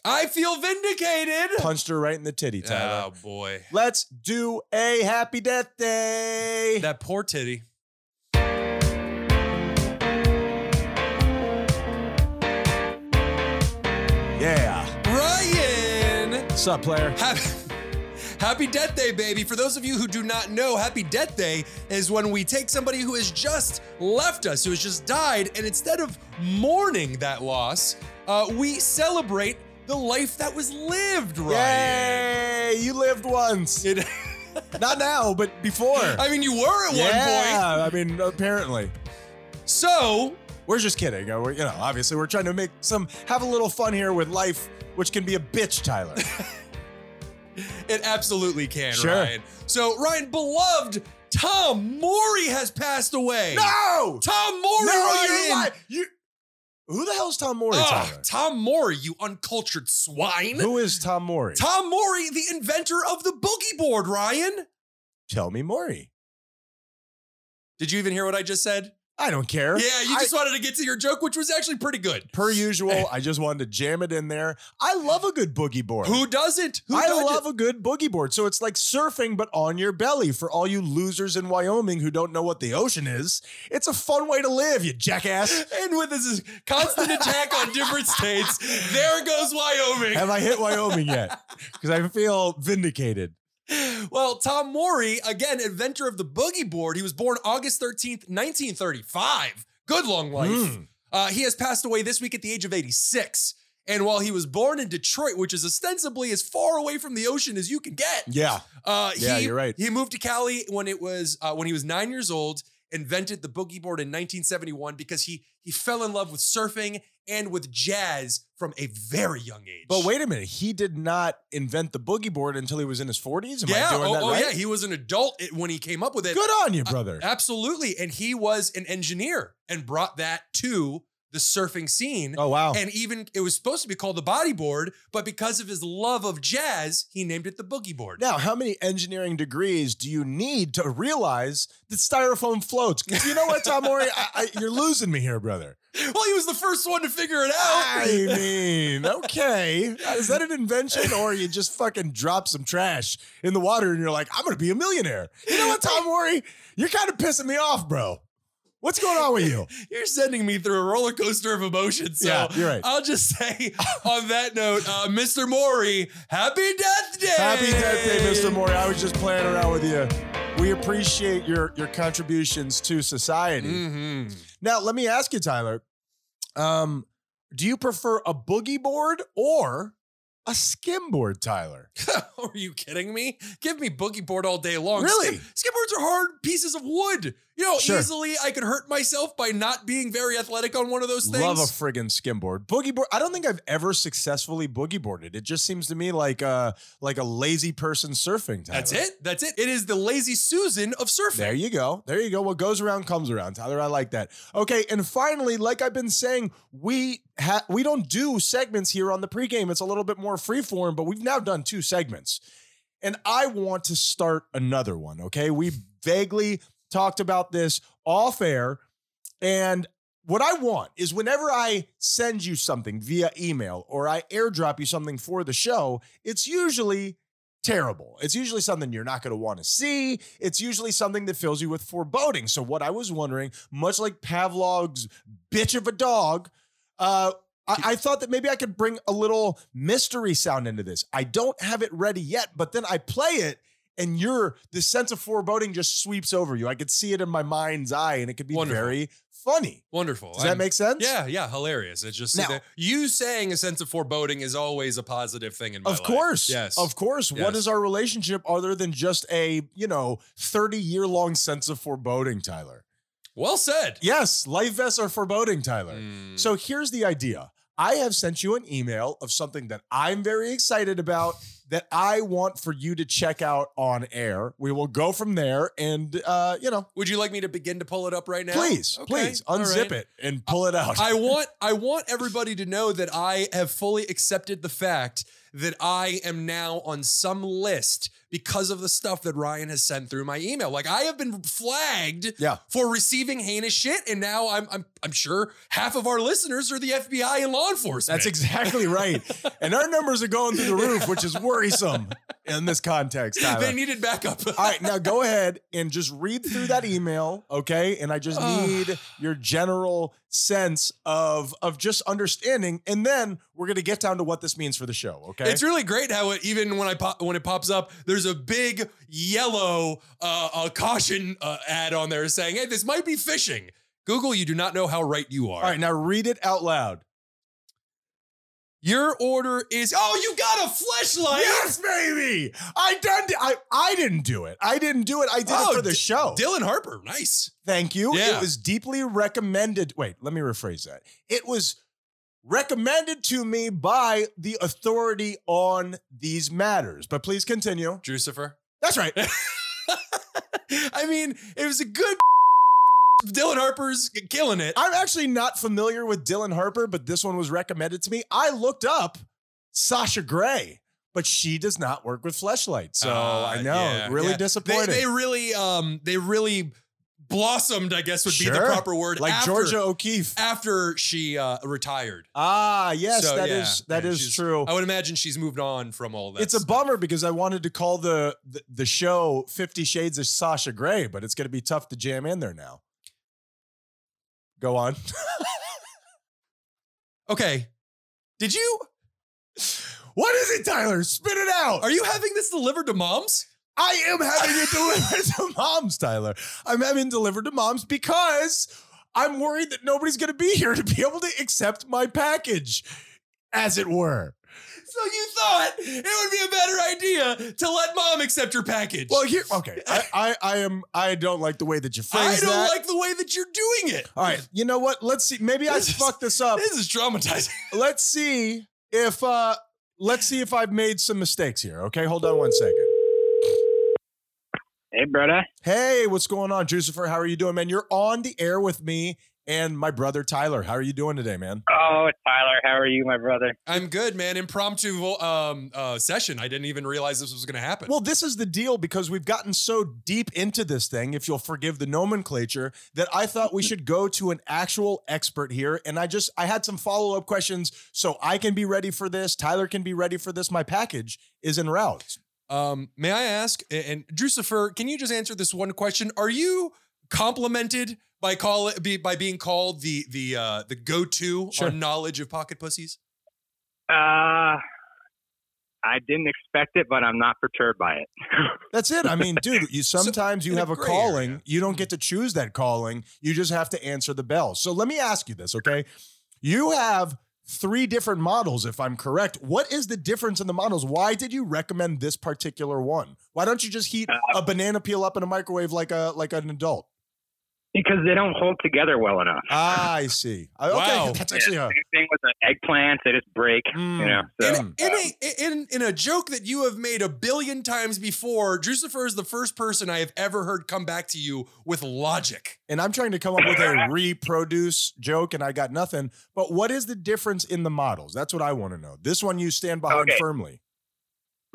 I feel vindicated.
punched her right in the titty. Tyler,
Oh
[laughs]
boy.
let's do a happy death day.
That poor titty.
yeah,
Ryan.
sup, player?
Happy, happy Death Day, baby. For those of you who do not know, Happy Death Day is when we take somebody who has just left us, who has just died, and instead of mourning that loss, uh, we celebrate the life that was lived, Ryan.
Yay! You lived once.
It-
[laughs] not now, but before.
I mean, you were at one point.
yeah, I mean, apparently.
So,
We're just kidding. Uh, We're, you know, obviously, we're trying to make some have a little fun here with life, which can be a bitch,
[laughs]
Tyler.
it absolutely can,
Sure.
Ryan. So, Ryan, beloved, Tom Mori has passed away.
no,
Tom Mori,
no,
Ryan!
you're lying. You, who the hell's Tom Mori?
Ugh,
Tyler?
Tom Mori, you uncultured swine.
who is Tom Mori?
Tom Mori, the inventor of the boogie board, Ryan.
Tell me, Mori.
Did you even hear what I just said?
I don't care.
Yeah, you
I-
just wanted to get to your joke, which was actually pretty good.
per
[laughs]
usual. I just wanted to jam it in there. I love a good boogie board.
Who doesn't? Who
I
doesn't?
love a good boogie board. So it's like surfing, but on your belly. For all you losers in Wyoming who don't know what the ocean is, it's a fun way to live, you jackass.
And with this constant attack
[laughs]
on different states, there goes Wyoming.
Have I hit Wyoming
[laughs]
yet? Because I feel vindicated.
Well, Tom Mori, again, inventor of the boogie board, he was born August 13th, 1935. Good long life.
Mm.
Uh, he has passed away this week at the age of 86. And while he was born in Detroit, which is ostensibly as far away from the ocean as you can get,
Yeah.
Uh,
Yeah,
he,
you're right.
He moved to Cali when it was uh, when he was nine years old. Invented the boogie board in 1971 because he he fell in love with surfing and with jazz from a very young age.
But wait a minute. He did not invent the boogie board until he was in his 40s. Am
yeah,
I doing
oh,
that
oh,
right?
yeah, he Uh, was an adult it- when he came up with it.
Good on you, brother.
Absolutely, and he was an engineer and brought that to the surfing scene.
oh, wow.
And even it was supposed to be called the body board, but because of his love of jazz, he named it the boogie board.
now, how many engineering degrees do you need to realize that styrofoam floats? 'Cause you know what, Tom Mori? I, I, you're losing me here, brother.
Well, he was the first one to figure it out.
I mean, okay. Is that an invention or you just fucking drop some trash in the water and you're like, I'm going to be a millionaire? You know what, Tom Mori? You're kind of pissing me off, bro. What's going on with you?
[laughs] You're sending me through a roller coaster of emotions. So uh,
Yeah, you're right.
I'll just say on that note, uh, Mr. Mori, happy death day.
Happy Death Day, Mr. Mori. I was just playing around with you. We appreciate your your contributions to society.
Mhm.
Now, let me ask you, Tyler. Um, do you prefer a boogie board or a skim board, Tyler?
[laughs] Are you kidding me? Give me boogie board all day long.
Really?
Skip, skipboards are hard pieces of wood. You know,
Sure.
easily I could hurt myself by not being very athletic on one of those things.
Love a friggin' skim board. Boogie board. I don't think I've ever successfully boogie boarded. It just seems to me like a like a lazy person surfing. Tyler.
That's it. That's it. It is the lazy Susan of surfing.
There you go. There you go. What goes around comes around. Tyler, I like that. Okay, and finally, like I've been saying, we ha- we don't do segments here on the pregame. It's a little bit more freeform, but we've now done two segments. And I want to start another one, okay? We vaguely talked about this off air and What I want is whenever I send you something via email or I airdrop you something for the show, it's usually terrible. It's usually something you're not going to want to see. It's usually something that fills you with foreboding. So, what I was wondering, much like Pavlov's bitch of a dog, uh, I, I thought that maybe I could bring a little mystery sound into this. I don't have it ready yet, but then I play it. And you're the sense of foreboding just sweeps over you. I could see it in my mind's eye, and it could be
Wonderful.
very funny.
Wonderful.
Does that
I'm-
make sense?
Yeah, yeah, hilarious. It's just
Now-
you saying a sense of foreboding is always a positive thing in my
Of
life.
course.
Yes.
Of course. What
Yes.
is our relationship other than just a, you know, 30 year long sense of foreboding, Tyler?
Well said.
Yes, life vests are foreboding, Tyler.
Mm.
So here's the idea I have sent you an email of something that I'm very excited about that I want for you to check out on air. We will go from there and, uh, you know,
Would you like me to begin to pull it up right now?
please,
Okay,
please
all
unzip
right.
it and pull it out.
[laughs] I want I want everybody to know that I have fully accepted the fact that I am now on some list because of the stuff that Ryan has sent through my email. Like I have been flagged
Yeah.
for receiving heinous shit, and now I'm I'm I'm sure half of our listeners are the FBI and law
[laughs]
enforcement.
That's exactly right. and our numbers are going through the roof, which is worrisome in this context, Tyler.
[laughs] [laughs] They needed backup.
All right, now go ahead and just read through
[laughs]
that email, okay? And I just
Ugh.
need your general sense of of just understanding, and then we're gonna get down to what this means for the show, okay?
[laughs] It's really great how it even when I pop, when it pops up, there's a big yellow uh, uh, caution uh, ad on there saying, "Hey, this might be phishing." Google, you do not know how right you are.
All right, now read it out loud.
Your order is oh, you got a fleshlight.
Yes, baby. I done. I I didn't do it. I didn't do it. I did
Oh,
it for the
D-
show.
Dylan Harper, nice.
Thank you. It
Yeah.
was deeply recommended. Wait, let me rephrase that. It was recommended to me by the authority on these matters. But please continue.
Drucifer.
That's right.
[laughs]
[laughs]
I mean, it was a good. [laughs] Dylan Harper's killing it.
I'm actually not familiar with Dylan Harper, but this one was recommended to me. I looked up Sasha Gray, but she does not work with Fleshlight. So
Uh,
Oh, I know,
yeah,
really
yeah.
disappointing.
They, they really, um, they really blossomed. I guess would be the
Sure.
proper word.
like
after,
Georgia O'Keefe.
after she uh, retired.
Ah, yes,
So,
that is
yeah,
that
yeah,
is
she's- oh,
true.
I would imagine she's moved on from all that.
it's a bummer because I wanted to call the, the the show Fifty Shades of Sasha Gray, but it's going to be tough to jam in there now. Go on. [laughs]
okay. Did you?
What is it, Tyler? Spit it out.
Are you having this delivered to moms?
I am having it
[laughs]
delivered to moms, Tyler. I'm having it delivered to moms because I'm worried that nobody's going to be here to be able to accept my package, as it were.
So you thought it would be a better idea to let mom accept your package?
Well, here, okay. I, I, I am. I don't like the way that you
I
phrase
don't
that.
like the way that you're doing it.
All right, you know what? Let's see. Maybe I
[laughs] This is-
fucked this up.
This is traumatizing. [laughs]
let's see if uh let's see if I've made some mistakes here. Okay, hold on one second.
Hey, brother.
Hey, what's going on, Jucifer? How are you doing, man? You're on the air with me and my brother Tyler. How are you doing today, man?
Oh, Tyler, how are you, my brother?
I'm good, man. Impromptu vo- um, uh, session. I didn't even realize this was going to happen.
Well, this is the deal because we've gotten so deep into this thing, if you'll forgive the nomenclature, that I thought we should go to an actual expert here. And I just I had some follow-up questions so I can be ready for this. Tyler can be ready for this. My package is en route.
um, may I ask, and, and Drucifer, can you just answer this one question? Are you complimented by call be, by being called the the uh, the go to
Sure.
on knowledge of pocket pussies?
Uh, I didn't expect it, but I'm not perturbed by it.
That's it. I mean, dude, you sometimes you
in a
have a
gray
calling.
area.
You don't get to choose that calling. You just have to answer the bell. So let me ask you this, okay? You have three different models, if I'm correct. What is the difference in the models? Why did you recommend this particular one? Why don't you just heat a banana peel up in a microwave like a like an adult?
Because they don't hold together well enough.
Ah, I see. I- Okay,
Wow.
[laughs] that's actually
yeah,
a
same thing with the eggplants; they just break.
Mm.
You know, so um,
In, in, a, in, in a joke that you have made a billion times before, Drucifer is the first person I have ever heard come back to you with logic.
and I'm trying to come up with a reproduce joke and I got nothing. But what is the difference in the models? That's what I want to know. This one you stand behind
Okay.
firmly.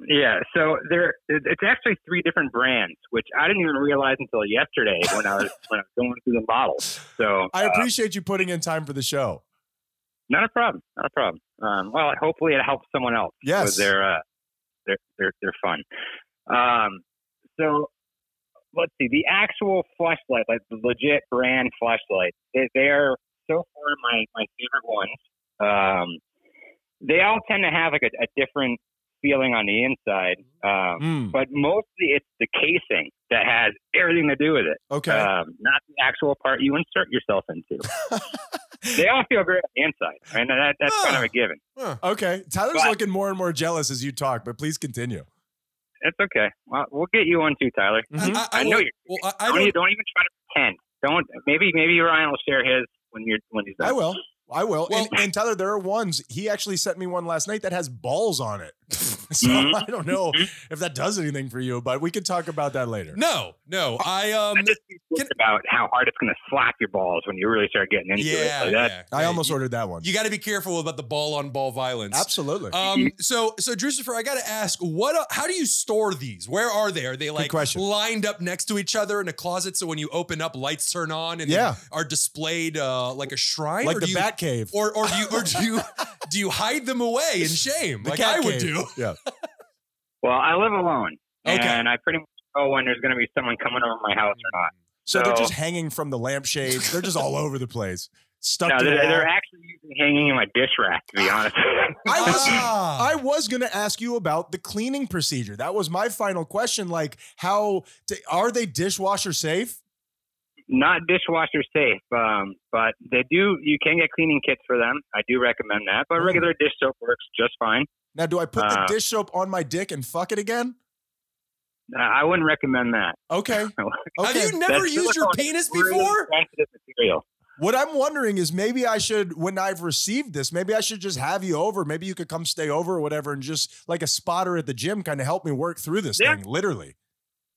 Yeah, so there it- it's actually three different brands, which I didn't even realize until yesterday when I was when I was going through the bottles. So
I
uh,
appreciate you putting in time for the show.
not a problem, not a problem. Um, well, hopefully it helps someone else.
Yes.
with their uh, their their their fun. Um, so let's see the actual flashlight, like the legit brand flashlight. They, they are so far my my favorite ones. Um, they all tend to have like a, a different feeling on the inside. Um,
Mm,
but mostly it's the casing that has everything to do with it,
Mm, okay.
uh,
um, not the actual part you insert yourself
[laughs]
into. they all feel great on the inside, and that, that's kind of
Ah.
a given.
Huh.
okay. Tyler's
but-
looking more and more jealous as you talk, but please continue.
It's okay. Well, we'll get you one too, Tyler.
Mhm.
I know
would-
you-
Well, I, I
Don't,
don't.
e- don't even try to pretend. Don't. Maybe maybe Ryan will share his when you're when he's done.
I will. I will.
Well-
and, and Tyler, there are ones. He actually sent me one last night that has balls on it. [laughs] so
Mm-hmm.
Mhm.
I don't know if that does anything for you, but we could talk about that later.
No, no. I um.
I just think about how hard it's going to slap your balls when you really start getting into
Yeah,
it. So that,
yeah.
I
Yeah,
almost
You,
ordered that one.
you got to be careful about the ball on ball violence.
Absolutely.
Um, so, so, Drusifer, I got to ask, what? uh, How do you store these? Where are they? Are they like
question.
lined up next to each other in a closet? So when you open up, lights turn on and they
Yeah.
are displayed uh, like a shrine,
like
or
the
do you,
bat cave.
or or do you or
[laughs]
do you do you hide them away in shame,
The
like
cat
I would
cave.
do?
Yeah.
Well, I live alone,
Okay.
and I pretty much know when there's going to be someone coming over my house or not.
So,
[laughs]
they're
So-
just hanging from the lampshades. They're just all over the place. Stuck
No,
to the
they're,
wall.
they're actually usually hanging in my dish rack. To be
[laughs]
honest, [laughs]
I was,
Ah.
I was going to ask you about the cleaning procedure. That was my final question. Like, how to, are they dishwasher safe?
not dishwasher safe, um, but they do. You can get cleaning kits for them. I do recommend that, but
Mm.
regular dish soap works just fine.
Now, do I put
Uh.
the dish soap on my dick and fuck it again?
Uh, I wouldn't recommend that.
Okay.
Have
Okay.
you never
Oh. That
used your
silicone is
penis
really
before?
sensitive material.
What I'm wondering is maybe I should, when I've received this, maybe I should just have you over. Maybe you could come stay over or whatever and just like a spotter at the gym kind of help me work through this
Yeah.
thing, literally.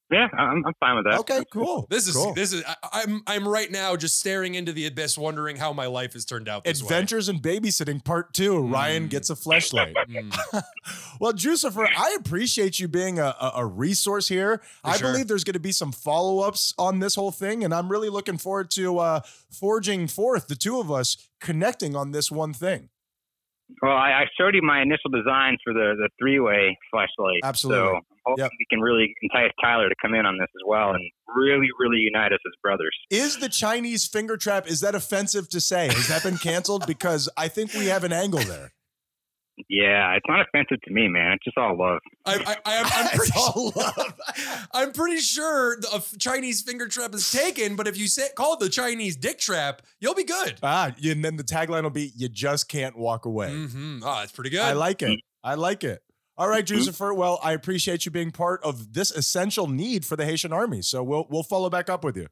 Yeah, I'm, I'm fine with that.
Okay, cool.
This is
cool.
this is I, I'm I'm right now just staring into the abyss, wondering how my life has turned out. This
Adventures in Babysitting Part Two. Ryan
Mm.
gets a fleshlight.
Way. Mm.
Well, Jucifer, I appreciate you being a, a, a resource here.
For
I
sure.
believe there's going to be some follow ups on this whole thing, and I'm really looking forward to uh, forging forth the two of us connecting on this one thing.
Well, I, I showed you my initial designs for the, the three way flashlight.
Absolutely.
So I'm hoping
Yep.
we can really entice Tyler to come in on this as well and really, really unite us as brothers.
Is the Chinese finger trap is that offensive to say? Has that been canceled? because I think we have an angle there.
Yeah, it's not offensive to me, man. It's just all love.
I, I, I, am
[laughs]
I'm
It's
pretty
all
[laughs] I'm pretty sure the a f- Chinese finger trap is taken, but if you say, call it the Chinese dick trap, you'll be good.
[laughs] Ah, and then the tagline will be "You just can't walk away."
Mm-hmm. Oh, that's pretty good.
I like it. I like it. All right, Jucifer. Well, I appreciate you being part of this essential need for the Haitian army. So we'll we'll follow back up with you.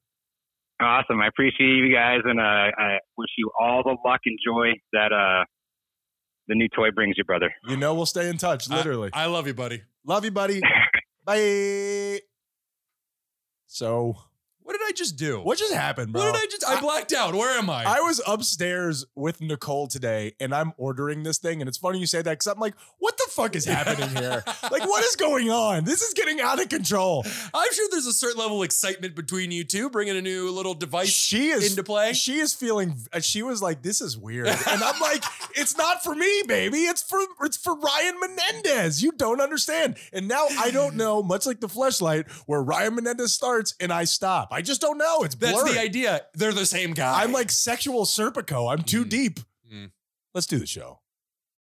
Awesome. I appreciate you guys, and uh, I wish you all the luck and joy that uh, the new toy brings you, brother.
You know, we'll stay in touch, literally.
I love you, buddy.
Love you,
[laughs]
buddy. Bye. So,
What did I just do?
what just happened, bro?
What did I just? I blacked out. Where am I?
I was upstairs with Nicole today and I'm ordering this thing. And it's funny you say that because I'm like, what the fuck is happening
[laughs]
here? like, what is going on? This is getting out of control.
I'm sure there's a certain level of excitement between you two, bringing a new little device
She is
into play.
She is feeling. uh, She was like, "This is weird," and I'm
[laughs]
like, "It's not for me, baby. It's for it's for Ryan Menendez. You don't understand." And now I don't know. Much like the fleshlight, where Ryan Menendez starts and I stop. I just don't know. It's
That's
blurry.
the idea. They're the same guy.
I'm like sexual Serpico. I'm too
Mm.
deep.
Mm.
Let's do the show.